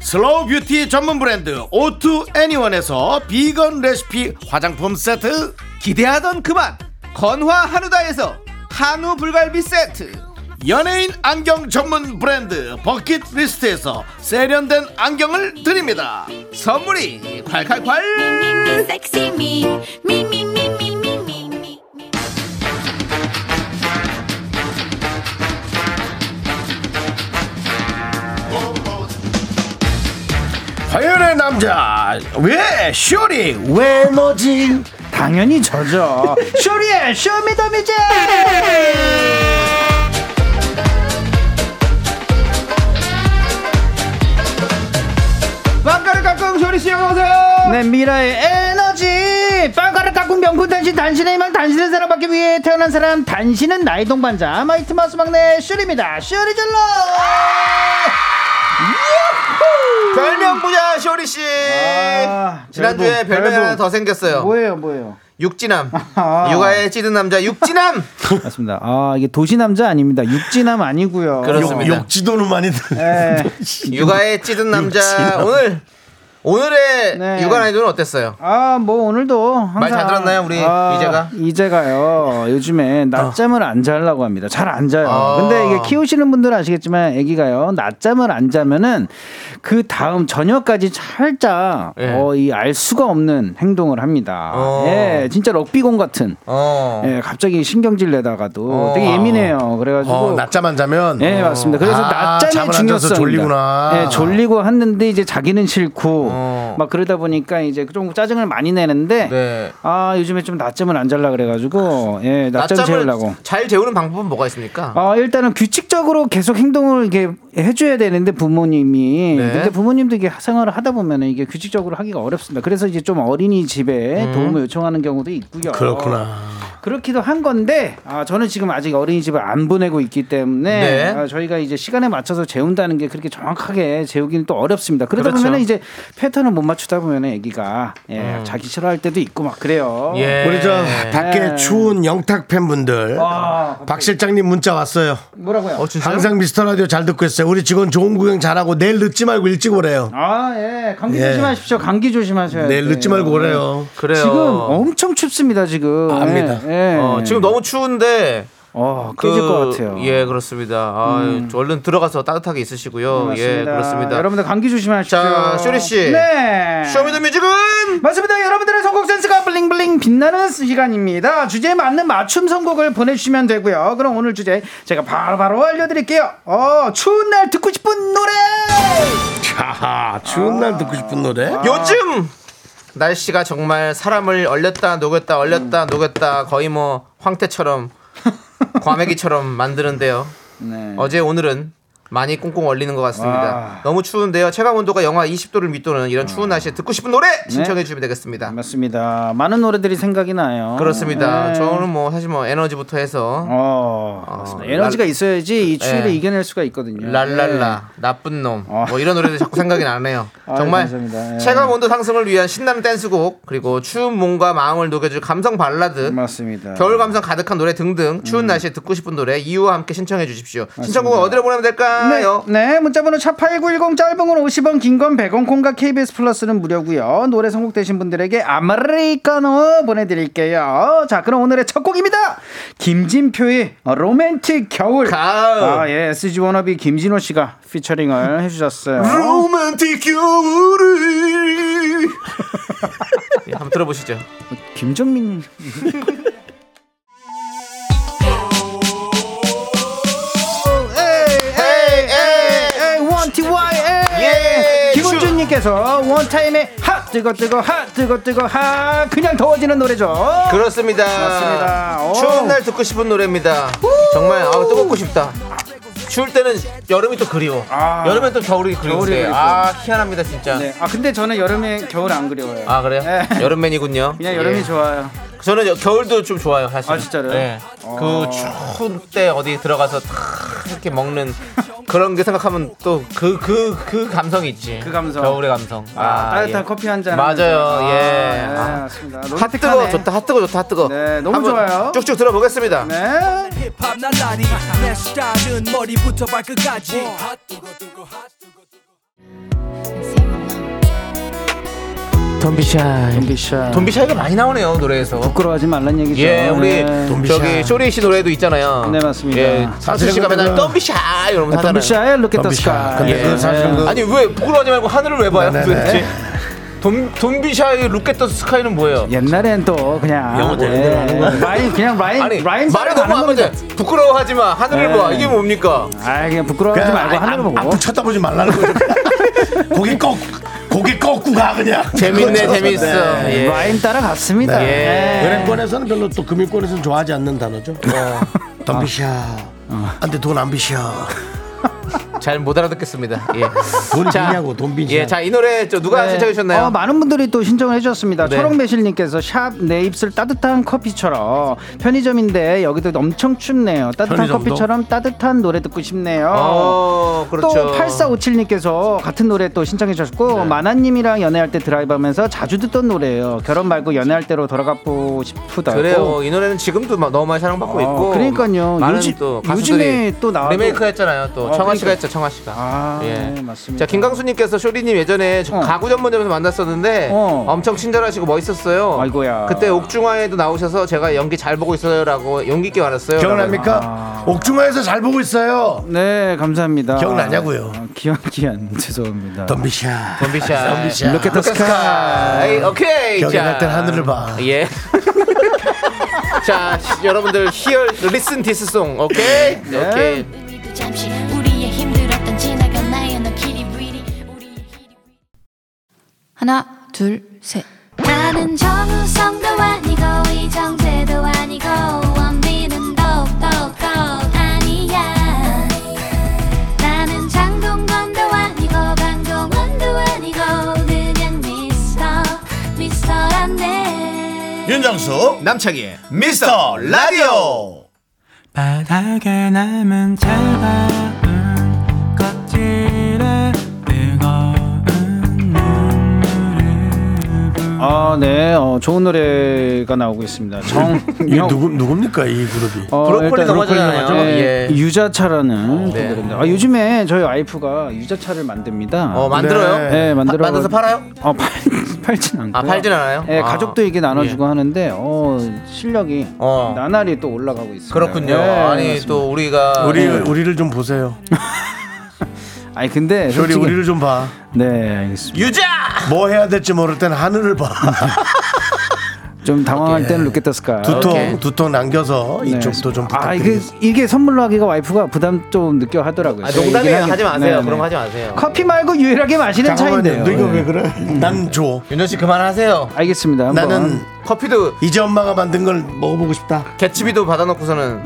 [SPEAKER 1] 슬로우 뷰티 전문 브랜드 오투 애니원에서 비건 레시피 화장품 세트
[SPEAKER 7] 기대하던 그만 건화 한우다에서 한우 불갈비 세트
[SPEAKER 1] 연예인 안경 전문 브랜드 버킷리스트에서 세련된 안경을 드립니다
[SPEAKER 7] 선물이 콸콸콸
[SPEAKER 6] Me, me, sexy me. Me, me, me, me, me, me, me, me.
[SPEAKER 1] 화요일의 남자 왜 쇼리 왜 너지
[SPEAKER 7] 당연히 저죠. 쇼리의 쇼미더뮤직. 빵가루 깎음 쇼리 씨 어서 오세요. 네 미라의 에너지. 빵가루 깎음 명품 단신 단신의 희망 단신의 사랑받기 위해 태어난 사람 단신은 나의 동반자 마이트 마스 막내 쇼리입니다. 쇼리 질러.
[SPEAKER 2] 별명 부자 쇼리 씨. 지난주에 아, 별명이 하나 더 생겼어요.
[SPEAKER 8] 뭐예요, 뭐예요?
[SPEAKER 2] 육지남.
[SPEAKER 8] 아.
[SPEAKER 2] 육아에 찌든 남자 육지남.
[SPEAKER 8] 맞습니다. 아 이게 도시 남자 아닙니다. 육지남 아니고요.
[SPEAKER 2] 그렇습니다.
[SPEAKER 1] 욕지도는 많이
[SPEAKER 8] 예.
[SPEAKER 2] 육아에 찌든 남자 오늘 오늘의
[SPEAKER 8] 네.
[SPEAKER 2] 육아 난이도는 어땠어요?
[SPEAKER 8] 아뭐 오늘도 항상 아,
[SPEAKER 2] 말잘 들었나요, 우리 이재가?
[SPEAKER 8] 이제가요 요즘에 낮잠을 안 자려고 합니다. 잘 안 자요.
[SPEAKER 2] 아.
[SPEAKER 8] 근데 이게 키우시는 분들은 아시겠지만 아기가요 낮잠을 안 자면은 그 다음 저녁까지 살짝
[SPEAKER 2] 예.
[SPEAKER 8] 어 이 알 수가 없는 행동을 합니다.
[SPEAKER 2] 어.
[SPEAKER 8] 예, 진짜 럭비공 같은.
[SPEAKER 2] 어.
[SPEAKER 8] 예, 갑자기 신경질 내다가도
[SPEAKER 2] 어.
[SPEAKER 8] 되게 예민해요. 그래가지고
[SPEAKER 1] 어, 낮잠 안 자면
[SPEAKER 8] 예, 맞습니다. 그래서
[SPEAKER 1] 아,
[SPEAKER 8] 낮잠의
[SPEAKER 1] 잠을 안 자서
[SPEAKER 8] 중요성.
[SPEAKER 1] 졸리구나.
[SPEAKER 8] 예, 졸리고 했는데 이제 자기는 싫고
[SPEAKER 2] 어.
[SPEAKER 8] 막 그러다 보니까 이제 좀 짜증을 많이 내는데
[SPEAKER 2] 네.
[SPEAKER 8] 아 요즘에 좀 낮잠을 안 잘라 그래가지고 예, 낮잠
[SPEAKER 2] 낮잠을
[SPEAKER 8] 재우려고.
[SPEAKER 2] 잘 재우는 방법은 뭐가 있습니까?
[SPEAKER 8] 아 일단은 규칙적으로 계속 행동을 이렇게 해줘야 되는데 부모님이
[SPEAKER 2] 네.
[SPEAKER 8] 근데 부모님도 이게 생활을 하다 보면 은 이게 규칙적으로 하기가 어렵습니다. 그래서 이제 좀 어린이 집에 도움을 요청하는 경우도 있고요.
[SPEAKER 2] 아.
[SPEAKER 1] 그렇구나
[SPEAKER 8] 그렇기도 한 건데 아, 저는 지금 아직 어린이집을 안 보내고 있기 때문에
[SPEAKER 2] 네.
[SPEAKER 8] 아, 저희가 이제 시간에 맞춰서 재운다는 게 그렇게 정확하게 재우기는 또 어렵습니다. 그러다
[SPEAKER 2] 그렇죠.
[SPEAKER 8] 보면 이제 패턴을 못 맞추다 보면 아기가 예, 자기 싫어할 때도 있고 막 그래요.
[SPEAKER 2] 음. 예.
[SPEAKER 1] 우리 저 밖에
[SPEAKER 2] 네.
[SPEAKER 8] 예.
[SPEAKER 1] 추운 영탁 팬분들
[SPEAKER 8] 와,
[SPEAKER 1] 박 실장님 문자 왔어요
[SPEAKER 8] 뭐라고요?
[SPEAKER 2] 어, 아. 진짜요?
[SPEAKER 1] 항상 미스터 라디오 잘 듣고 있어요 우리 직원 좋은 구경 잘하고 내일 늦지 말고 일찍 오래요
[SPEAKER 8] 아, 예. 감기
[SPEAKER 1] 예.
[SPEAKER 8] 조심하십시오. 감기
[SPEAKER 2] 아, 네.
[SPEAKER 8] 조심하셔야 돼요.
[SPEAKER 1] 내일 늦지 말고 오래요
[SPEAKER 2] 그래요. 아,
[SPEAKER 8] 지금 엄청 춥습니다, 지금.
[SPEAKER 1] 압니다.
[SPEAKER 8] 예. 예.
[SPEAKER 2] 어, 지금 너무 추운데
[SPEAKER 9] 어, 깨질
[SPEAKER 2] 어, 그,
[SPEAKER 9] 것 같아요.
[SPEAKER 2] 예, 그렇습니다. 아유, 얼른 들어가서 따뜻하게 있으시고요.
[SPEAKER 8] 맞습니다.
[SPEAKER 2] 예, 그렇습니다.
[SPEAKER 8] 음. 여러분들 감기 조심하십시오.
[SPEAKER 2] 자, 쇼리 씨.
[SPEAKER 8] 네.
[SPEAKER 2] 쇼미더뮤직은
[SPEAKER 8] 맞습니다. 여러분들의 선곡 센스가 블링블링 빛나는 시간입니다. 주제에 맞는 맞춤 선곡을 보내주시면 되고요. 그럼 오늘 주제 제가 바로바로 알려드릴게요. 어, 추운 날 듣고 싶은 노래!
[SPEAKER 1] 자, 추운 날 듣고 싶은 노래?
[SPEAKER 2] 요즘 아. 날씨가 정말 사람을 얼렸다 녹였다
[SPEAKER 8] 음.
[SPEAKER 2] 얼렸다 녹였다 거의 뭐 황태처럼 과메기처럼 만드는데요.
[SPEAKER 8] 네.
[SPEAKER 2] 어제 오늘은 많이 꽁꽁 얼리는 것 같습니다. 너무 추운데요. 체감 온도가 영하 20도를 밑도는
[SPEAKER 8] 음.
[SPEAKER 2] 이런 추운 날씨에 듣고 싶은 노래
[SPEAKER 8] 네.
[SPEAKER 2] 신청해 주시면 되겠습니다.
[SPEAKER 8] 맞습니다. 많은 노래들이 생각이 나요.
[SPEAKER 2] 그렇습니다.
[SPEAKER 8] 음. 네.
[SPEAKER 2] 저는 뭐 사실 뭐 에너지부터 해서
[SPEAKER 8] 어, 맞습니다. 에너지가
[SPEAKER 2] 랄-
[SPEAKER 8] 있어야지 이 추위를
[SPEAKER 2] 예.
[SPEAKER 8] 이겨낼 수가 있거든요.
[SPEAKER 2] 랄랄라 나쁜 놈
[SPEAKER 8] 어.
[SPEAKER 2] 뭐 이런 노래들 자꾸 생각이 나네요.
[SPEAKER 8] 아유,
[SPEAKER 2] 정말
[SPEAKER 8] 감사합니다. 예.
[SPEAKER 2] 체감 온도 상승을 위한 신나는 댄스곡 그리고 추운 몸과 마음을 녹여줄 감성 발라드
[SPEAKER 8] 예. 맞습니다.
[SPEAKER 2] 겨울 감성 가득한 노래 등등
[SPEAKER 8] 음.
[SPEAKER 2] 추운 날씨에 듣고 싶은 노래 이유와 함께 신청해 주십시오. 신청곡은 어디로 보내면 될까요?
[SPEAKER 8] 네, 네 문자번호 차8910 짧은 건 50원 긴 건 100원 콩과 KBS 플러스는 무료고요 노래 선곡되신 분들에게 아메리카노 보내드릴게요 자 그럼 오늘의 첫 곡입니다 김진표의 로맨틱 겨울
[SPEAKER 2] 가을.
[SPEAKER 8] 아, 예, SG 워너비 김진호 씨가 피처링을 해주셨어요
[SPEAKER 2] 로맨틱 겨울을 예, 한번 들어보시죠.
[SPEAKER 8] 김정민 원티와이
[SPEAKER 2] 예, 추-
[SPEAKER 8] 김은준님께서 원타임에 핫 뜨거 뜨거 핫 뜨거 뜨거 핫 그냥 더워지는 노래죠.
[SPEAKER 2] 그렇습니다.
[SPEAKER 8] 맞습니다. 오.
[SPEAKER 2] 추운 날 듣고 싶은 노래입니다. 정말 아우 뜨겁고 싶다. 추울 때는 여름이 또 그리워.
[SPEAKER 8] 아.
[SPEAKER 2] 여름엔 또 겨울이
[SPEAKER 8] 겨울이
[SPEAKER 2] 그리운데.
[SPEAKER 8] 그리워.
[SPEAKER 2] 아 희한합니다 진짜.
[SPEAKER 8] 네. 아 근데 저는 여름에 겨울 안 그리워요.
[SPEAKER 2] 아 그래요?
[SPEAKER 8] 네.
[SPEAKER 2] 여름맨이군요.
[SPEAKER 8] 그냥 여름이
[SPEAKER 2] 예.
[SPEAKER 8] 좋아요.
[SPEAKER 2] 저는 여- 겨울도 좀 좋아요 사실.
[SPEAKER 8] 아, 진짜로요?
[SPEAKER 2] 네. 그 추운 때 어디 들어가서 탁 이렇게 먹는 그런 게 생각하면 또 그 그 그 감성이 있지.
[SPEAKER 8] 그 감성.
[SPEAKER 2] 겨울의 감성.
[SPEAKER 8] 아, 따뜻한 커피 한 잔.
[SPEAKER 2] 예. 맞아요.
[SPEAKER 8] 하면서.
[SPEAKER 2] 예.
[SPEAKER 8] 아, 네,
[SPEAKER 2] 아.
[SPEAKER 8] 맞습니다.
[SPEAKER 2] 핫 뜨거
[SPEAKER 8] 로맨틱하네.
[SPEAKER 2] 좋다. 핫 뜨거 좋다. 핫 뜨거.
[SPEAKER 8] 네, 너무
[SPEAKER 2] 한번
[SPEAKER 8] 좋아요.
[SPEAKER 2] 쭉쭉 들어보겠습니다.
[SPEAKER 8] 네.
[SPEAKER 2] 돈비샤이.
[SPEAKER 8] 비샤.
[SPEAKER 2] 돈비샤이가 많이 나오네요 노래에서.
[SPEAKER 8] 부끄러워하지 말란 얘기죠.
[SPEAKER 2] 예, 우리
[SPEAKER 8] 네.
[SPEAKER 2] 저기 쇼리 씨 노래도 있잖아요.
[SPEAKER 8] 네, 맞습니다.
[SPEAKER 2] 예, 상수 씨가 맨날 돈비샤이 이러면서 하잖아요.
[SPEAKER 8] 덤비샤의 Look at the
[SPEAKER 1] 덤비샤.
[SPEAKER 8] Sky.
[SPEAKER 1] 근데
[SPEAKER 2] 예.
[SPEAKER 1] 그 사실은 그
[SPEAKER 2] 아니 왜 부끄러워하지 말고 하늘을 왜 봐요
[SPEAKER 1] 네네네.
[SPEAKER 2] 도대체? 돈 돈비샤의 룩겟더 스카이는 뭐예요?
[SPEAKER 8] 옛날엔 또 그냥
[SPEAKER 1] 영어 제대로
[SPEAKER 8] 예,
[SPEAKER 1] 하는 거야.
[SPEAKER 8] 라인 그냥 라인
[SPEAKER 2] 아니
[SPEAKER 8] 라인
[SPEAKER 2] 말을
[SPEAKER 8] 따라
[SPEAKER 2] 너무
[SPEAKER 8] 가는
[SPEAKER 2] 안 맞아. 부끄러워하지 마. 하늘을
[SPEAKER 8] 네.
[SPEAKER 2] 봐. 이게 뭡니까?
[SPEAKER 8] 아 그냥 부끄러워하지 말고
[SPEAKER 2] 아,
[SPEAKER 8] 하늘을 보고
[SPEAKER 1] 아, 앞 쳐다보지 말라는 거예요. 고개 꺾 고개 꺾고 가 그냥.
[SPEAKER 2] 재밌네
[SPEAKER 1] 그렇죠.
[SPEAKER 2] 재밌어.
[SPEAKER 1] 네.
[SPEAKER 2] 예.
[SPEAKER 8] 라인 따라갔습니다.
[SPEAKER 1] 네.
[SPEAKER 8] 예.
[SPEAKER 1] 은행권에서는 별로 또 금융권에서는 좋아하지 않는 단어죠. 덤비샤.
[SPEAKER 2] 어.
[SPEAKER 1] 안돼 돈 안 비샤.
[SPEAKER 2] 잘 못 알아듣겠습니다. 예.
[SPEAKER 1] 돈 비냐고 돈 비냐.
[SPEAKER 2] 예, 자 이 노래 저 누가
[SPEAKER 8] 네.
[SPEAKER 2] 신청해 주셨나요?
[SPEAKER 8] 어, 많은 분들이 또 신청을 해주셨습니다.
[SPEAKER 2] 네.
[SPEAKER 8] 초록매실님께서 샵 내 입술 따뜻한 커피처럼 편의점인데 여기도 엄청 춥네요. 따뜻한
[SPEAKER 1] 편의점도?
[SPEAKER 8] 커피처럼 따뜻한 노래 듣고 싶네요.
[SPEAKER 2] 어, 그렇죠. 네.
[SPEAKER 8] 또 8457님께서 같은 노래 또 신청해 주셨고 마나님이랑 연애할 때 드라이브하면서 자주 듣던 노래예요. 결혼 말고 연애할 때로 돌아가고 싶다.
[SPEAKER 2] 그래요. 이 노래는 지금도 막 너무 많이 사랑받고
[SPEAKER 8] 어,
[SPEAKER 2] 있고.
[SPEAKER 8] 그러니까요.
[SPEAKER 2] 많은
[SPEAKER 8] 요즘-
[SPEAKER 2] 또 가수들이
[SPEAKER 8] 요즘에 또 나와도-
[SPEAKER 2] 리메이크 했잖아요. 또
[SPEAKER 8] 어,
[SPEAKER 2] 청아
[SPEAKER 8] 그러니까.
[SPEAKER 2] 씨가 했죠. 청아 씨가. 예.
[SPEAKER 8] 아, 네, 맞습니다.
[SPEAKER 2] 자, 김강수 님께서 쇼리 님 예전에 저
[SPEAKER 8] 어.
[SPEAKER 2] 가구 전문점에서 만났었는데
[SPEAKER 8] 어.
[SPEAKER 2] 엄청 친절하시고 멋있었어요.
[SPEAKER 8] 아이고야.
[SPEAKER 2] 그때 옥중화에도 나오셔서 제가 연기 잘 보고 있어요라고 용기 있게 말했어요.
[SPEAKER 1] 기억납니까?
[SPEAKER 8] 아.
[SPEAKER 1] 옥중화에서 잘 보고 있어요.
[SPEAKER 8] 네, 감사합니다.
[SPEAKER 1] 기억나냐고요?
[SPEAKER 8] 아, 기억 기안 죄송합니다.
[SPEAKER 1] 덤비샤.
[SPEAKER 2] 덤비샤.
[SPEAKER 1] 덤비샤.
[SPEAKER 8] Look at the sky.
[SPEAKER 2] 에이, 오케이.
[SPEAKER 1] 여기
[SPEAKER 2] 자.
[SPEAKER 1] 날땐 하늘을 봐.
[SPEAKER 2] 예. 자, 시- 여러분들 히얼 리슨 디스 송. 오케이.
[SPEAKER 8] 네.
[SPEAKER 2] 오케이.
[SPEAKER 6] 그 잠시 우리의 힘들었던 지나간 나의 너 길이 위리 우리의 길이 위리
[SPEAKER 7] 하나, 둘, 셋.
[SPEAKER 6] 나는 정우성도 아니고 이정재도 아니고 원빈은 더욱더 아니야 나는 장동건도 아니고 강동원도 아니고 그냥 미스터 미스터란데
[SPEAKER 1] 윤정수
[SPEAKER 2] 남창희.
[SPEAKER 1] 미스터
[SPEAKER 2] 어,
[SPEAKER 1] 라디오.
[SPEAKER 10] 바닥에 남은 차가운 껍질에 뜨거운 눈물을
[SPEAKER 8] 아, 네. 어, 좋은 노래가 나오고 있습니다. 정
[SPEAKER 1] 이게 누구 누굽니까 이 그룹이?
[SPEAKER 8] 어,
[SPEAKER 2] 브로콜리
[SPEAKER 8] 일단
[SPEAKER 2] 넘어지잖아요.
[SPEAKER 8] 브로콜리
[SPEAKER 2] 예.
[SPEAKER 8] 유자차라는
[SPEAKER 2] 네.
[SPEAKER 8] 그룹인데 아, 요즘에 저희 와이프가 유자차를 만듭니다.
[SPEAKER 2] 어 만들어요?
[SPEAKER 8] 네, 만들어.
[SPEAKER 2] 만들어서 팔아요?
[SPEAKER 8] 어, 팔, 팔진 않고.
[SPEAKER 2] 아 팔진 않아요?
[SPEAKER 8] 예,
[SPEAKER 2] 아.
[SPEAKER 8] 가족도 이게 나눠주고 하는데 어, 실력이
[SPEAKER 2] 어.
[SPEAKER 8] 나날이 또 올라가고 있습니다.
[SPEAKER 2] 그렇군요.
[SPEAKER 8] 예,
[SPEAKER 2] 아니
[SPEAKER 8] 맞습니다.
[SPEAKER 2] 또 우리가 음,
[SPEAKER 1] 우리
[SPEAKER 8] 네.
[SPEAKER 1] 우리를 좀 보세요.
[SPEAKER 8] 아니 근데
[SPEAKER 1] 우리
[SPEAKER 8] 네, 솔직히
[SPEAKER 1] 우리를 좀 봐.
[SPEAKER 8] 네, 알겠습니다.
[SPEAKER 2] 유자
[SPEAKER 1] 뭐 해야 될지 모를 땐 하늘을 봐.
[SPEAKER 8] 좀 당황할 때는 루켓터스카.
[SPEAKER 1] 두통
[SPEAKER 2] 오케이.
[SPEAKER 1] 두통 남겨서
[SPEAKER 8] 아, 네,
[SPEAKER 1] 이쪽도 좀
[SPEAKER 8] 알겠습니다. 아, 이게,
[SPEAKER 1] 부탁드립니다.
[SPEAKER 8] 이게 선물로 하기가 와이프가 부담 좀 느껴 하더라고요.
[SPEAKER 2] 아,
[SPEAKER 8] 제가
[SPEAKER 2] 농담이에요.
[SPEAKER 8] 그 얘기는
[SPEAKER 2] 하지
[SPEAKER 8] 하긴-
[SPEAKER 2] 마세요.
[SPEAKER 8] 네,
[SPEAKER 2] 그런 거
[SPEAKER 8] 네.
[SPEAKER 2] 하지 마세요.
[SPEAKER 7] 커피 말고 유일하게 마시는
[SPEAKER 1] 잠깐만요.
[SPEAKER 7] 차인데요.
[SPEAKER 1] 너 이거 왜 그래? 난 줘.
[SPEAKER 2] 윤정 씨 그만하세요.
[SPEAKER 8] 알겠습니다. 음. 한번.
[SPEAKER 1] 나는
[SPEAKER 2] 커피도
[SPEAKER 1] 이제 엄마가 만든 걸 먹어보고 싶다.
[SPEAKER 2] 개츠비도 받아놓고서는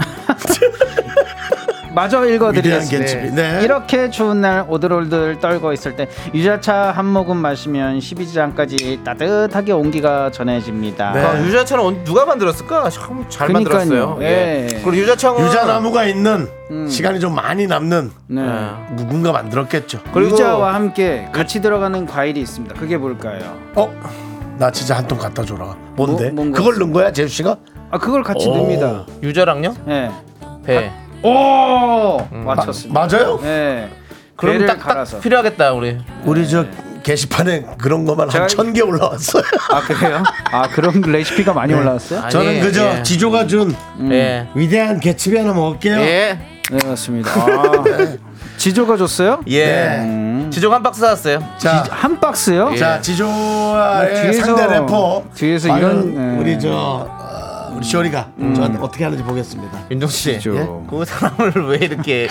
[SPEAKER 8] 마저
[SPEAKER 1] 위대한
[SPEAKER 8] 읽어드리겠습니다.
[SPEAKER 1] 개츠비. 네.
[SPEAKER 8] 이렇게 추운 날 오들오들 떨고 있을 때 유자차 한 모금 마시면 12지장까지 따뜻하게 온기가 전해집니다.
[SPEAKER 1] 네.
[SPEAKER 2] 아, 유자차는 언- 누가 만들었을까? 참 잘
[SPEAKER 8] 그러니까요.
[SPEAKER 2] 만들었어요. 예.
[SPEAKER 8] 예.
[SPEAKER 2] 그리고 유자차는
[SPEAKER 1] 유자나무가 있는
[SPEAKER 8] 음.
[SPEAKER 1] 시간이 좀 많이 남는
[SPEAKER 8] 네.
[SPEAKER 1] 아,
[SPEAKER 2] 예.
[SPEAKER 1] 누군가 만들었겠죠.
[SPEAKER 2] 그리고-
[SPEAKER 8] 유자와 함께 같이 들어가는 과일이 있습니다. 그게 뭘까요?
[SPEAKER 1] 어? 나 진짜 한 통 갖다 줘라. 뭔데?
[SPEAKER 8] 뭐- 뭔가
[SPEAKER 1] 그걸 넣은 거야, 재수 씨가?
[SPEAKER 8] 아 그걸 같이 넣습니다.
[SPEAKER 2] 유자랑요?
[SPEAKER 8] 예.
[SPEAKER 2] 배.
[SPEAKER 8] 오
[SPEAKER 1] 마-
[SPEAKER 8] 음. 맞췄습니다.
[SPEAKER 1] 맞아요?
[SPEAKER 8] 예.
[SPEAKER 2] 그럼
[SPEAKER 8] 배를
[SPEAKER 2] 딱,
[SPEAKER 8] 갈아서.
[SPEAKER 2] 딱 필요하겠다 우리.
[SPEAKER 1] 우리 저 게시판에 그런 것만
[SPEAKER 8] 제가-
[SPEAKER 1] 한 천 개 올라왔어요.
[SPEAKER 8] 아 그래요? 아 그런 레시피가 많이
[SPEAKER 1] 네.
[SPEAKER 8] 올라왔어요?
[SPEAKER 2] 아니,
[SPEAKER 1] 저는 그저
[SPEAKER 2] 예.
[SPEAKER 1] 지조가 준
[SPEAKER 2] 예.
[SPEAKER 1] 위대한 개츠비 하나 먹을게요.
[SPEAKER 2] 예.
[SPEAKER 8] 네 맞습니다. 아, 지조가 줬어요?
[SPEAKER 2] 예. 지종 한 박스 사왔어요.
[SPEAKER 1] 자,
[SPEAKER 8] 한 박스요?
[SPEAKER 2] 예.
[SPEAKER 1] 자 지조와의
[SPEAKER 8] 뒤에서-
[SPEAKER 1] 예. 상대 래퍼
[SPEAKER 8] 뒤에서
[SPEAKER 1] 과연
[SPEAKER 8] 이런, 예.
[SPEAKER 1] 우리 저 어, 우리 쇼리가 저한테 어떻게 하는지 보겠습니다.
[SPEAKER 2] 윤정 씨.
[SPEAKER 8] 지조.
[SPEAKER 2] 예? 그 사람을 왜 이렇게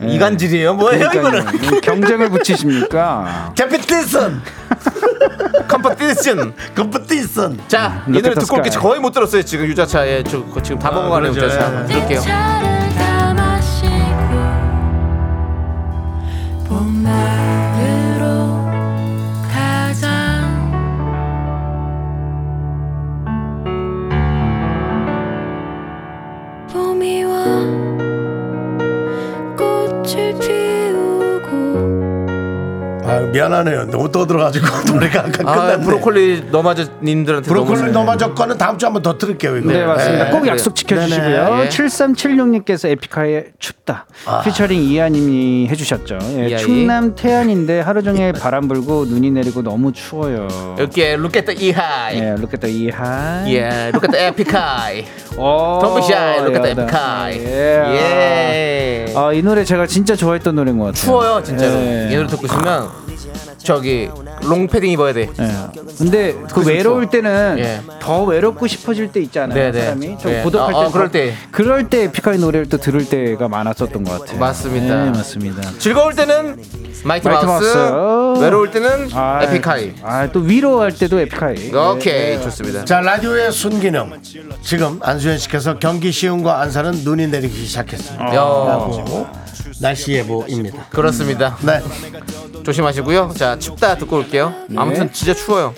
[SPEAKER 2] 이간질이에요? 뭐예요 이거는?
[SPEAKER 8] 그러니까요. 경쟁을 붙이십니까?
[SPEAKER 1] 캐피티슨,
[SPEAKER 2] 컴퍼티션.
[SPEAKER 1] 컴프티슨.
[SPEAKER 2] 자, 이
[SPEAKER 8] 음,
[SPEAKER 2] 노래
[SPEAKER 8] 롯데타
[SPEAKER 2] 듣고 올게
[SPEAKER 8] 스카이.
[SPEAKER 2] 거의 못 들었어요 지금 유자차에 지금 다 먹어가는
[SPEAKER 1] 그러죠.
[SPEAKER 2] 유자차.
[SPEAKER 1] 예.
[SPEAKER 2] 들을게요.
[SPEAKER 6] 차를 다 마시고 봄날으로 가자 봄이 와 꽃을 피우고
[SPEAKER 1] 아 미안하네요. 너무 떠들어가지고 노래가 아까
[SPEAKER 2] 아,
[SPEAKER 1] 끝났네.
[SPEAKER 2] 브로콜리 너마저님들한테
[SPEAKER 1] 브로콜리
[SPEAKER 2] 너무-
[SPEAKER 1] 넘어졌 거는 다음 주에 한번 더 들을게요. 이거.
[SPEAKER 8] 네 맞습니다.
[SPEAKER 1] 예.
[SPEAKER 8] 꼭 약속 지켜주시고요.
[SPEAKER 2] 예.
[SPEAKER 8] 7376님께서 에픽하의 춥다 피처링 아. 이하님이 예. 해주셨죠. 예,
[SPEAKER 2] 이하이.
[SPEAKER 8] 충남 태안인데 하루 종일 바람 불고 눈이 내리고 너무 추워요.
[SPEAKER 2] 이렇게 루켓 이하이.
[SPEAKER 8] 예, look at the 이하.
[SPEAKER 2] 예, 루켓 에픽하이.
[SPEAKER 8] 오,
[SPEAKER 2] 덤브샤이, look at the
[SPEAKER 8] 어, 예,
[SPEAKER 2] 에픽하이.
[SPEAKER 8] 예.
[SPEAKER 2] 예.
[SPEAKER 8] 아, 이 노래 제가 진짜 좋아했던 노래인 것 같아요.
[SPEAKER 2] 추워요 진짜로
[SPEAKER 8] 예.
[SPEAKER 2] 이 노래 듣고 있으면 저기 롱패딩 입어야 돼
[SPEAKER 8] 예. 근데 그 외로울 때는
[SPEAKER 2] 그렇죠. 예.
[SPEAKER 8] 더 외롭고 싶어질 때 있잖아요.
[SPEAKER 2] 네, 네.
[SPEAKER 8] 사람이 좀
[SPEAKER 2] 예.
[SPEAKER 8] 고독할
[SPEAKER 2] 어, 어,
[SPEAKER 8] 때.
[SPEAKER 2] 그럴 때.
[SPEAKER 8] 그럴 때 피카의 노래를 또 들을 때가 많았었던 것 같아요.
[SPEAKER 2] 맞습니다.
[SPEAKER 8] 네, 맞습니다.
[SPEAKER 2] 즐거울 때는 마이티,
[SPEAKER 8] 마이티
[SPEAKER 2] 마우스,
[SPEAKER 8] 마우스.
[SPEAKER 2] 외로울 때는 에픽하이
[SPEAKER 8] 아, 또 위로할 때도 에픽하이.
[SPEAKER 2] 오케이 좋습니다
[SPEAKER 1] 자 라디오의 순기능 지금 안수현 씨께서 경기 시흥과 안산은 눈이 내리기 시작했습니다.
[SPEAKER 2] 야,
[SPEAKER 1] 날씨 예보입니다.
[SPEAKER 2] 그렇습니다
[SPEAKER 1] 네.
[SPEAKER 2] 조심하시고요 자 춥다 듣고 올게요 아무튼 진짜 추워요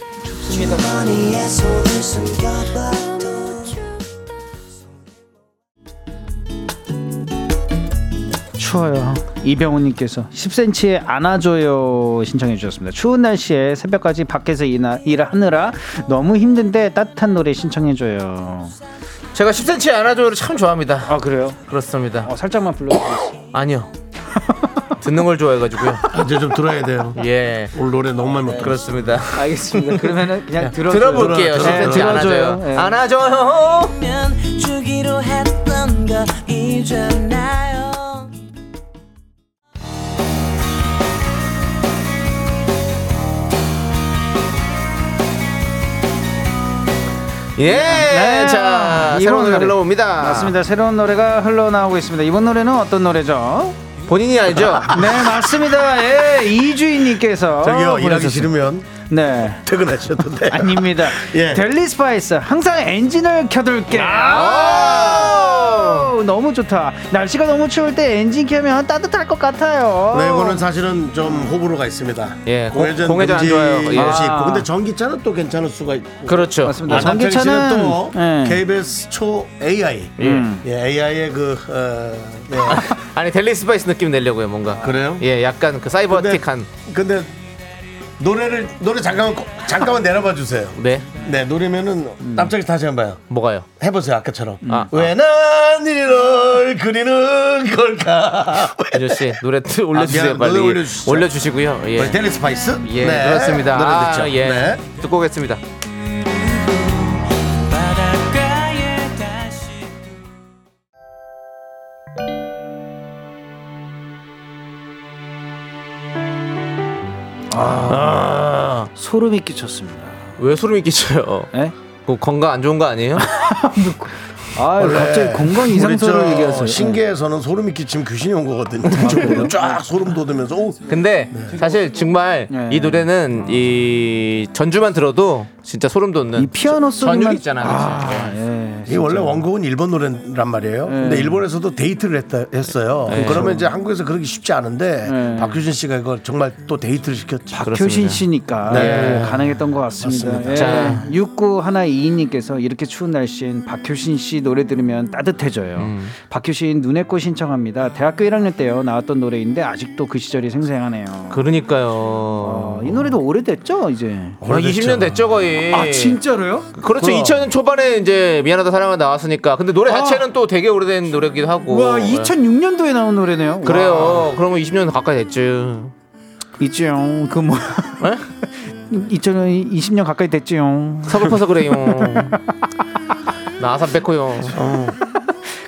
[SPEAKER 8] 추워요. 이병호님께서 10cm에 안아줘요 신청해 주셨습니다. 추운 날씨에 새벽까지 밖에서 일하, 일하느라 너무 힘든데 따뜻한 노래 신청해 줘요.
[SPEAKER 2] 제가 10cm 안아줘를 참 좋아합니다
[SPEAKER 8] 아 그래요?
[SPEAKER 2] 그렇습니다
[SPEAKER 8] 어, 살짝만 불러주세요.
[SPEAKER 2] 아니요 듣는 걸 좋아해가지고요
[SPEAKER 1] 이제 좀 들어야 돼요.
[SPEAKER 2] 예
[SPEAKER 1] 오늘 노래 너무 많이 못 들었어요.
[SPEAKER 2] 그렇습니다
[SPEAKER 8] 알겠습니다. 그러면은 그냥 들어
[SPEAKER 2] 네. 그렇죠. 들어볼게요
[SPEAKER 1] 들어,
[SPEAKER 2] 10cm
[SPEAKER 8] 들어,
[SPEAKER 2] 안아줘요 네.
[SPEAKER 8] 들어줘요. 예.
[SPEAKER 2] 안아줘요
[SPEAKER 11] 주기로 했던 거 잊었나요?
[SPEAKER 2] 예,
[SPEAKER 8] 네.
[SPEAKER 2] 자
[SPEAKER 8] 이번
[SPEAKER 2] 새로운 노래
[SPEAKER 8] 노래.
[SPEAKER 2] 흘러옵니다.
[SPEAKER 8] 맞습니다. 새로운 노래가 흘러나오고 있습니다. 이번 노래는 어떤 노래죠?
[SPEAKER 2] 본인이 알죠?
[SPEAKER 8] 네 맞습니다. 예, 이주인님께서
[SPEAKER 1] 저기요 일하기
[SPEAKER 8] 보내주셨습니다.
[SPEAKER 1] 싫으면
[SPEAKER 8] 네.
[SPEAKER 1] 퇴근하셔도 돼요.
[SPEAKER 8] 아닙니다.
[SPEAKER 1] 예.
[SPEAKER 8] 델리 스파이스 항상 엔진을 켜둘게. 오, 너무 좋다. 날씨가 너무 추울 때 엔진 켜면 따뜻할 것 같아요.
[SPEAKER 1] 네, 이거는 사실은 좀 호불호가 있습니다.
[SPEAKER 2] 예, 공-
[SPEAKER 1] 공회전,
[SPEAKER 2] 공회전 안 좋아요.
[SPEAKER 1] 금지
[SPEAKER 2] 예.
[SPEAKER 1] 것이 있고,
[SPEAKER 8] 아.
[SPEAKER 1] 근데 전기차는 또 괜찮을 수가 있고.
[SPEAKER 2] 그렇죠.
[SPEAKER 8] 맞습니다.
[SPEAKER 1] 아, 남편이 씨는
[SPEAKER 8] 전기차는
[SPEAKER 1] 또뭐
[SPEAKER 8] 예.
[SPEAKER 1] KBS 초 AI,
[SPEAKER 2] 음.
[SPEAKER 1] 예, AI의 그 어, 예.
[SPEAKER 2] 아니 델리 스파이스 느낌 내려고요, 뭔가.
[SPEAKER 1] 그래요?
[SPEAKER 2] 예, 약간 그 사이버틱한.
[SPEAKER 1] 근데 노래를 노래 잠깐만 꼭- 잠깐만 내려봐 주세요.
[SPEAKER 2] 네.
[SPEAKER 1] 네
[SPEAKER 2] 음.
[SPEAKER 1] 노래면은 납작이 다시 한번 봐요.
[SPEAKER 2] 뭐가요?
[SPEAKER 1] 해보세요 아까처럼.
[SPEAKER 2] 아, 아.
[SPEAKER 1] 왜 난 이를 그리는 걸까?
[SPEAKER 2] 아저씨 노래 틀 올려주세요
[SPEAKER 1] 미안합니다.
[SPEAKER 2] 빨리
[SPEAKER 1] 노래 올려주시죠.
[SPEAKER 2] 고요 예,
[SPEAKER 1] 델리 스파이스? 네.
[SPEAKER 2] 예 그렇습니다
[SPEAKER 1] 노래
[SPEAKER 2] 아,
[SPEAKER 1] 듣죠.
[SPEAKER 2] 예
[SPEAKER 1] 네.
[SPEAKER 2] 듣고 오겠습니다
[SPEAKER 11] 바닷가에 다시
[SPEAKER 8] 소름이 끼쳤습니다.
[SPEAKER 2] 왜 소름이 끼쳐요?
[SPEAKER 8] 예?
[SPEAKER 2] 뭐 건강 안 좋은 거 아니에요?
[SPEAKER 8] 아 갑자기 건강 이상소를
[SPEAKER 1] 우리 저
[SPEAKER 8] 얘기하세요.
[SPEAKER 1] 신기해서는 소름이 끼치면 귀신이 온 거거든요. 쪽으로 음, 쫙 소름 돋으면서 오,
[SPEAKER 2] 근데
[SPEAKER 1] 네.
[SPEAKER 2] 사실 정말
[SPEAKER 8] 네.
[SPEAKER 2] 이 노래는 이 전주만 들어도 진짜 소름 돋는
[SPEAKER 8] 이 피아노 소리만
[SPEAKER 2] 전율 있잖아요.
[SPEAKER 8] 아, 예.
[SPEAKER 1] 이 원래 원곡은 일본 노래란
[SPEAKER 2] 예.
[SPEAKER 1] 말이에요. 근데 일본에서도 데이트를 했다, 했어요.
[SPEAKER 2] 그렇죠.
[SPEAKER 1] 그러면 이제 한국에서 그러기 쉽지 않은데
[SPEAKER 2] 예.
[SPEAKER 8] 네.
[SPEAKER 1] 박효진 씨가 이걸 정말 또 데이트를 시켰죠.
[SPEAKER 8] 박효신 씨니까
[SPEAKER 1] 네.
[SPEAKER 8] 예, 가능했던 것 같습니다. 예.
[SPEAKER 2] 자.
[SPEAKER 8] 6912님께서 이렇게 추운 날씨엔 박효신 씨 노래 들으면 따뜻해져요.
[SPEAKER 2] 음.
[SPEAKER 8] 박효신 눈의 꽃 신청합니다. 대학교 1학년 때요 나왔던 노래인데 아직도 그 시절이 생생하네요.
[SPEAKER 2] 그러니까요.
[SPEAKER 8] 어, 이 노래도 오래됐죠 이제.
[SPEAKER 2] 거의 20년 됐죠 거의.
[SPEAKER 1] 아,
[SPEAKER 8] 아, 진짜로요?
[SPEAKER 2] 그렇죠. 2000년 초반에 이제 미안하다 사랑하다 나왔으니까. 근데 노래 자체는 또 되게 오래된 노래기도 하고.
[SPEAKER 8] 아. 와
[SPEAKER 2] 예.
[SPEAKER 8] 2006년도에 나온 노래네요.
[SPEAKER 2] 그래요. 그러면 20년 가까이 됐죠.
[SPEAKER 8] 있지요. 그 뭐.
[SPEAKER 2] 예?
[SPEAKER 8] 2020년 가까이 됐지요.
[SPEAKER 2] 서글퍼서 그래요. 나 아산 백호요.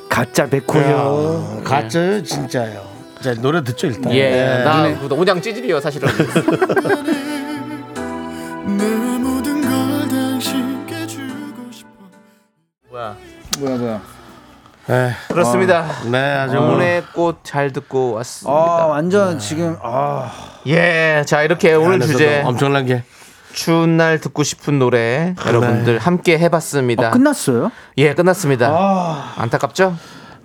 [SPEAKER 8] 가짜 백호요.
[SPEAKER 1] 아, 가짜요, 진짜요. 자 노래 듣죠 일단.
[SPEAKER 2] 예.
[SPEAKER 1] 네.
[SPEAKER 2] 나그 오장 찌질이요 사실은.
[SPEAKER 11] 내 모든 걸 당신께 주고 싶어
[SPEAKER 2] 뭐야.
[SPEAKER 7] 뭐야 뭐야.
[SPEAKER 1] 네.
[SPEAKER 2] 그렇습니다.
[SPEAKER 1] 네, 아주
[SPEAKER 2] 오늘 꽃잘 듣고
[SPEAKER 8] 아
[SPEAKER 2] 왔습니다.
[SPEAKER 8] 완전 지금 아
[SPEAKER 2] 예, 자 이렇게 오늘
[SPEAKER 1] 안에서도
[SPEAKER 2] 주제
[SPEAKER 1] 엄청나게
[SPEAKER 2] 추운 날 듣고 싶은 노래 여러분들 함께 해봤습니다.
[SPEAKER 8] 어, 끝났어요?
[SPEAKER 2] 예, 끝났습니다. 안타깝죠?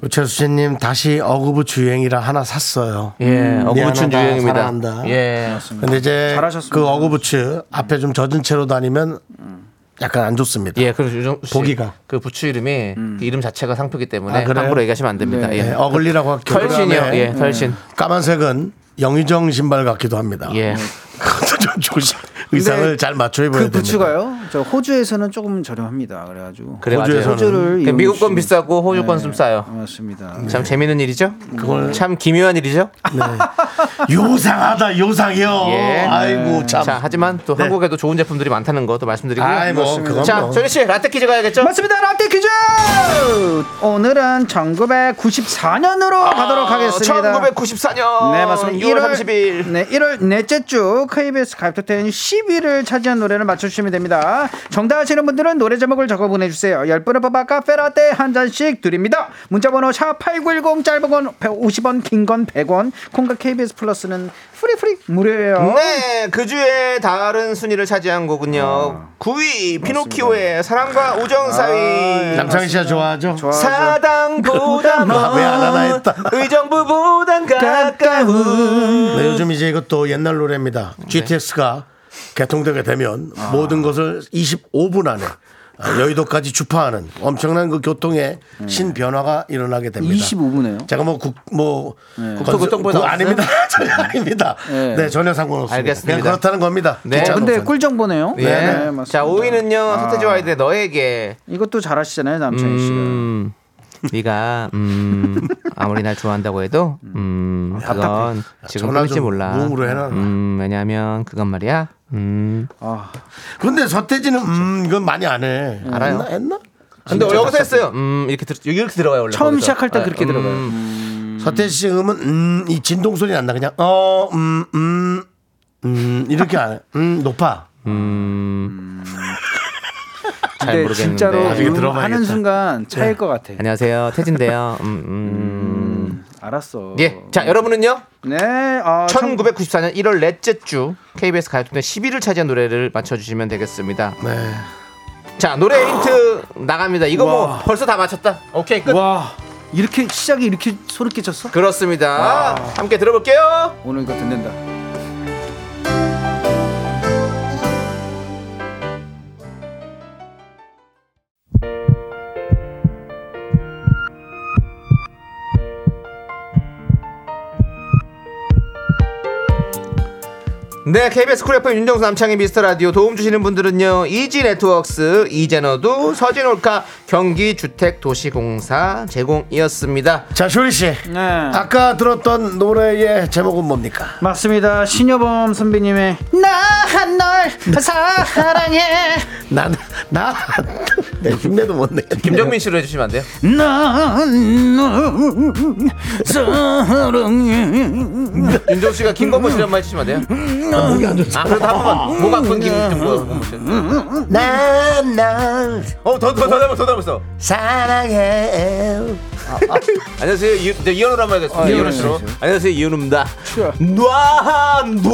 [SPEAKER 1] 최수진님 다시 어구부 주행이라 하나 샀어요.
[SPEAKER 2] 예, 어구부춘
[SPEAKER 1] 미안하다,
[SPEAKER 2] 유행입니다.
[SPEAKER 1] 음, 사랑한다.
[SPEAKER 2] 예,
[SPEAKER 1] 근데 이제
[SPEAKER 8] 잘하셨습니다.
[SPEAKER 1] 그 어구부츠 앞에 좀 젖은 채로 다니면 약간 안 좋습니다.
[SPEAKER 2] 예, 그리고 요정 씨,
[SPEAKER 1] 보기가.
[SPEAKER 2] 그 부추 이름이 그 이름 자체가 상표기 때문에
[SPEAKER 1] 아, 그래요?
[SPEAKER 2] 함부로 얘기하시면 안 됩니다.
[SPEAKER 1] 네,
[SPEAKER 2] 예.
[SPEAKER 1] 어글리라고 할게요.
[SPEAKER 2] 털신이요.
[SPEAKER 1] 그다음에
[SPEAKER 2] 예, 털신.
[SPEAKER 1] 까만색은 영희정 신발 같기도 합니다.
[SPEAKER 2] 예.
[SPEAKER 1] 그것도 좀 조심. 의상을 잘 맞춰 입어야
[SPEAKER 8] 그
[SPEAKER 1] 됩니다.
[SPEAKER 8] 부츠가요? 저 호주에서는 조금 저렴합니다. 그래가지고
[SPEAKER 2] 그래 맞아요.
[SPEAKER 1] 호주에서는.
[SPEAKER 8] 호주를
[SPEAKER 2] 그 미국 건
[SPEAKER 8] 이용시-
[SPEAKER 2] 비싸고 호주 건
[SPEAKER 8] 네,
[SPEAKER 2] 좀 싸요.
[SPEAKER 8] 맞습니다.
[SPEAKER 2] 네. 참 재밌는 일이죠. 참 기묘한 일이죠.
[SPEAKER 1] 요상하다 요상해요.
[SPEAKER 2] 예.
[SPEAKER 1] 아이고 참.
[SPEAKER 2] 자, 하지만 또 한국에도 좋은 제품들이 많다는 것도 말씀드리고요.
[SPEAKER 1] 아이, 뭐, 그건
[SPEAKER 2] 자,
[SPEAKER 1] 뭐.
[SPEAKER 2] 조리 씨 라떼 퀴즈 가야겠죠?
[SPEAKER 7] 맞습니다. 라떼 퀴즈. 오늘은 1994년으로
[SPEAKER 8] 아,
[SPEAKER 7] 가도록 하겠습니다.
[SPEAKER 2] 아, 1994년
[SPEAKER 7] 네 맞습니다.
[SPEAKER 2] 6월
[SPEAKER 7] 1월
[SPEAKER 2] 30일.
[SPEAKER 7] 네 1월 넷째 주 KBS 가입토텐 10위를 차지한 노래를 맞춰주시면 됩니다. 정답 아시는 분들은 노래 제목을 적어 보내주세요. 10분을 뽑아 카페라떼 한 잔씩 드립니다. 문자번호 샵8910 짧은 건 50원 긴 건 100원 콩과 KBS 플러스는 프리프리 무료예요.
[SPEAKER 2] 네, 그 주에 다른 순위를 차지한 곡은요. 9위 피노키오의 사랑과 우정 사이.
[SPEAKER 1] 남창희 씨가 좋아하죠?
[SPEAKER 2] 사당보다
[SPEAKER 1] 아, 왜안 하나
[SPEAKER 2] 먼
[SPEAKER 1] 했다.
[SPEAKER 2] 의정부보단 가까운
[SPEAKER 1] 네, 요즘 이제 이것도 옛날 노래입니다. GTX가 개통되게 되면 모든 것을 25분 안에 아, 여의도까지 주파하는 엄청난 그 교통의 신변화가 일어나게 됩니다.
[SPEAKER 8] 25분 에요?
[SPEAKER 1] 제가 뭐 국뭐
[SPEAKER 2] 네.
[SPEAKER 1] 그
[SPEAKER 2] 국토교통부에서
[SPEAKER 1] 아닙니다. 전혀 아닙니다. 네,
[SPEAKER 8] 네.
[SPEAKER 1] 전혀 상관없습니다.
[SPEAKER 2] 알겠습니다.
[SPEAKER 1] 그냥 그렇다는 겁니다.
[SPEAKER 2] 네.
[SPEAKER 1] 기차는
[SPEAKER 7] 근데
[SPEAKER 1] 없어요.
[SPEAKER 7] 꿀 정보네요.
[SPEAKER 2] 예. 자, 5위는요. 서태지 와이드의 너에게.
[SPEAKER 7] 이것도 잘하시잖아요 남창희 씨가.
[SPEAKER 2] 음. 네가 음, 아무리 날 좋아한다고 해도 음, 그건 지금
[SPEAKER 1] 전화
[SPEAKER 2] 끊을지
[SPEAKER 1] 좀
[SPEAKER 2] 몰라.
[SPEAKER 1] 무음으로 해놔.
[SPEAKER 2] 음, 왜냐하면 그건 말이야. 음.
[SPEAKER 7] 아,
[SPEAKER 1] 근데 서태지는 음 이건 많이 안 해.
[SPEAKER 2] 알아요.
[SPEAKER 1] 했나? 했나?
[SPEAKER 2] 근데 여기서 했어요. 음, 이렇게 들, 이렇게 들어가요 원래.
[SPEAKER 7] 처음
[SPEAKER 2] 거기서. 네. 음,
[SPEAKER 7] 시작할 때 그렇게 들어가요.
[SPEAKER 1] 서태지 씨 음은 음이 진동 소리 난다. 그냥 어음음음 이렇게 안 해. 음 높아.
[SPEAKER 2] 잘
[SPEAKER 8] 근데
[SPEAKER 2] 모르겠는데.
[SPEAKER 8] 진짜로
[SPEAKER 1] 나중에
[SPEAKER 8] 음
[SPEAKER 1] 들어봐야겠다.
[SPEAKER 8] 하는 순간 차일 것 같아.
[SPEAKER 2] 안녕하세요, 태진데요. 음, 음.
[SPEAKER 8] 알았어.
[SPEAKER 2] 예, 자 여러분은요.
[SPEAKER 7] 네. 아, 참-
[SPEAKER 2] 1994년 1월 넷째 주 KBS 가요톱 10위를 차지한 노래를 맞춰주시면 되겠습니다.
[SPEAKER 1] 네.
[SPEAKER 2] 자 노래 힌트 나갑니다. 이거 뭐 벌써 다 맞췄다. 오케이 끝.
[SPEAKER 8] 와 이렇게 시작이 이렇게 소름 끼쳤어?
[SPEAKER 2] 그렇습니다. 아. 함께 들어볼게요.
[SPEAKER 8] 오늘 이거 듣는다.
[SPEAKER 2] 네, KBS 쿨 FM 윤정수 남창희 미스터 라디오 도움 주시는 분들은요. 이지 네트워크스, 이젠어두, 서진올카, 경기 주택 도시공사 제공이었습니다.
[SPEAKER 1] 자, 쇼리 씨.
[SPEAKER 2] 음.
[SPEAKER 8] 네.
[SPEAKER 1] 아까 들었던 노래의 제목은 뭡니까?
[SPEAKER 7] 맞습니다. 신여범 선배님의
[SPEAKER 8] 나널 사랑해
[SPEAKER 1] 나는 나 내 흉내도 못 내.
[SPEAKER 2] 김정민 씨로 해주시면 안 돼요?
[SPEAKER 8] 나널 사랑해
[SPEAKER 2] 윤정 씨가 김건모 씨란 말 해주시면 안 돼요?
[SPEAKER 1] 목이 안 좋지.
[SPEAKER 2] 아, 그래도 한 번만. 목 아픈 김건모 씨.
[SPEAKER 1] 난널
[SPEAKER 2] 어, 더, 더, 더, 더, 더, 더, 더.
[SPEAKER 1] 사랑해.
[SPEAKER 2] 안녕하세요. 이, 이제 이현우로 한번 해겠습니다
[SPEAKER 7] 예,
[SPEAKER 2] 이현우 씨로. 안녕하세요. 이현우입니다.
[SPEAKER 7] 추워.
[SPEAKER 2] 놔한볼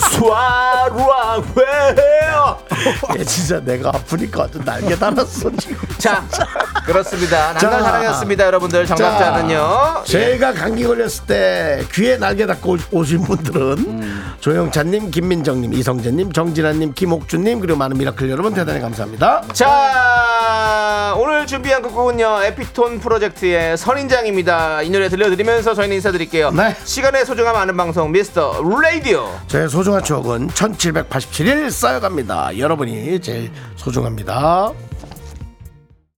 [SPEAKER 2] 사랑해요.
[SPEAKER 1] 얘 네, 진짜 내가 아프니까 아주 날개 달았어 지금.
[SPEAKER 2] 자, 그렇습니다.
[SPEAKER 1] 자.
[SPEAKER 2] 난간 사랑이었습니다, 여러분들. 정답자는요.
[SPEAKER 1] 제가 감기 걸렸을 때 귀에 날개 닫고 오- 오신 분들은 조영찬님, 김민정님, 이성재님, 정진아님, 김옥준님 그리고 많은 미라클 여러분 대단히 감사합니다.
[SPEAKER 2] 자, 오늘 준비한 곡은요. 에피톤 프로젝트의 선인장입니다. 이 노래 들려드리면서 저희는 인사드릴게요.
[SPEAKER 1] 네.
[SPEAKER 2] 시간의 소중함 아는 방송 미스터 라디오.
[SPEAKER 1] 제 소중한 추억은 1787일 쌓여갑니다. 여러분이 제일 소중합니다.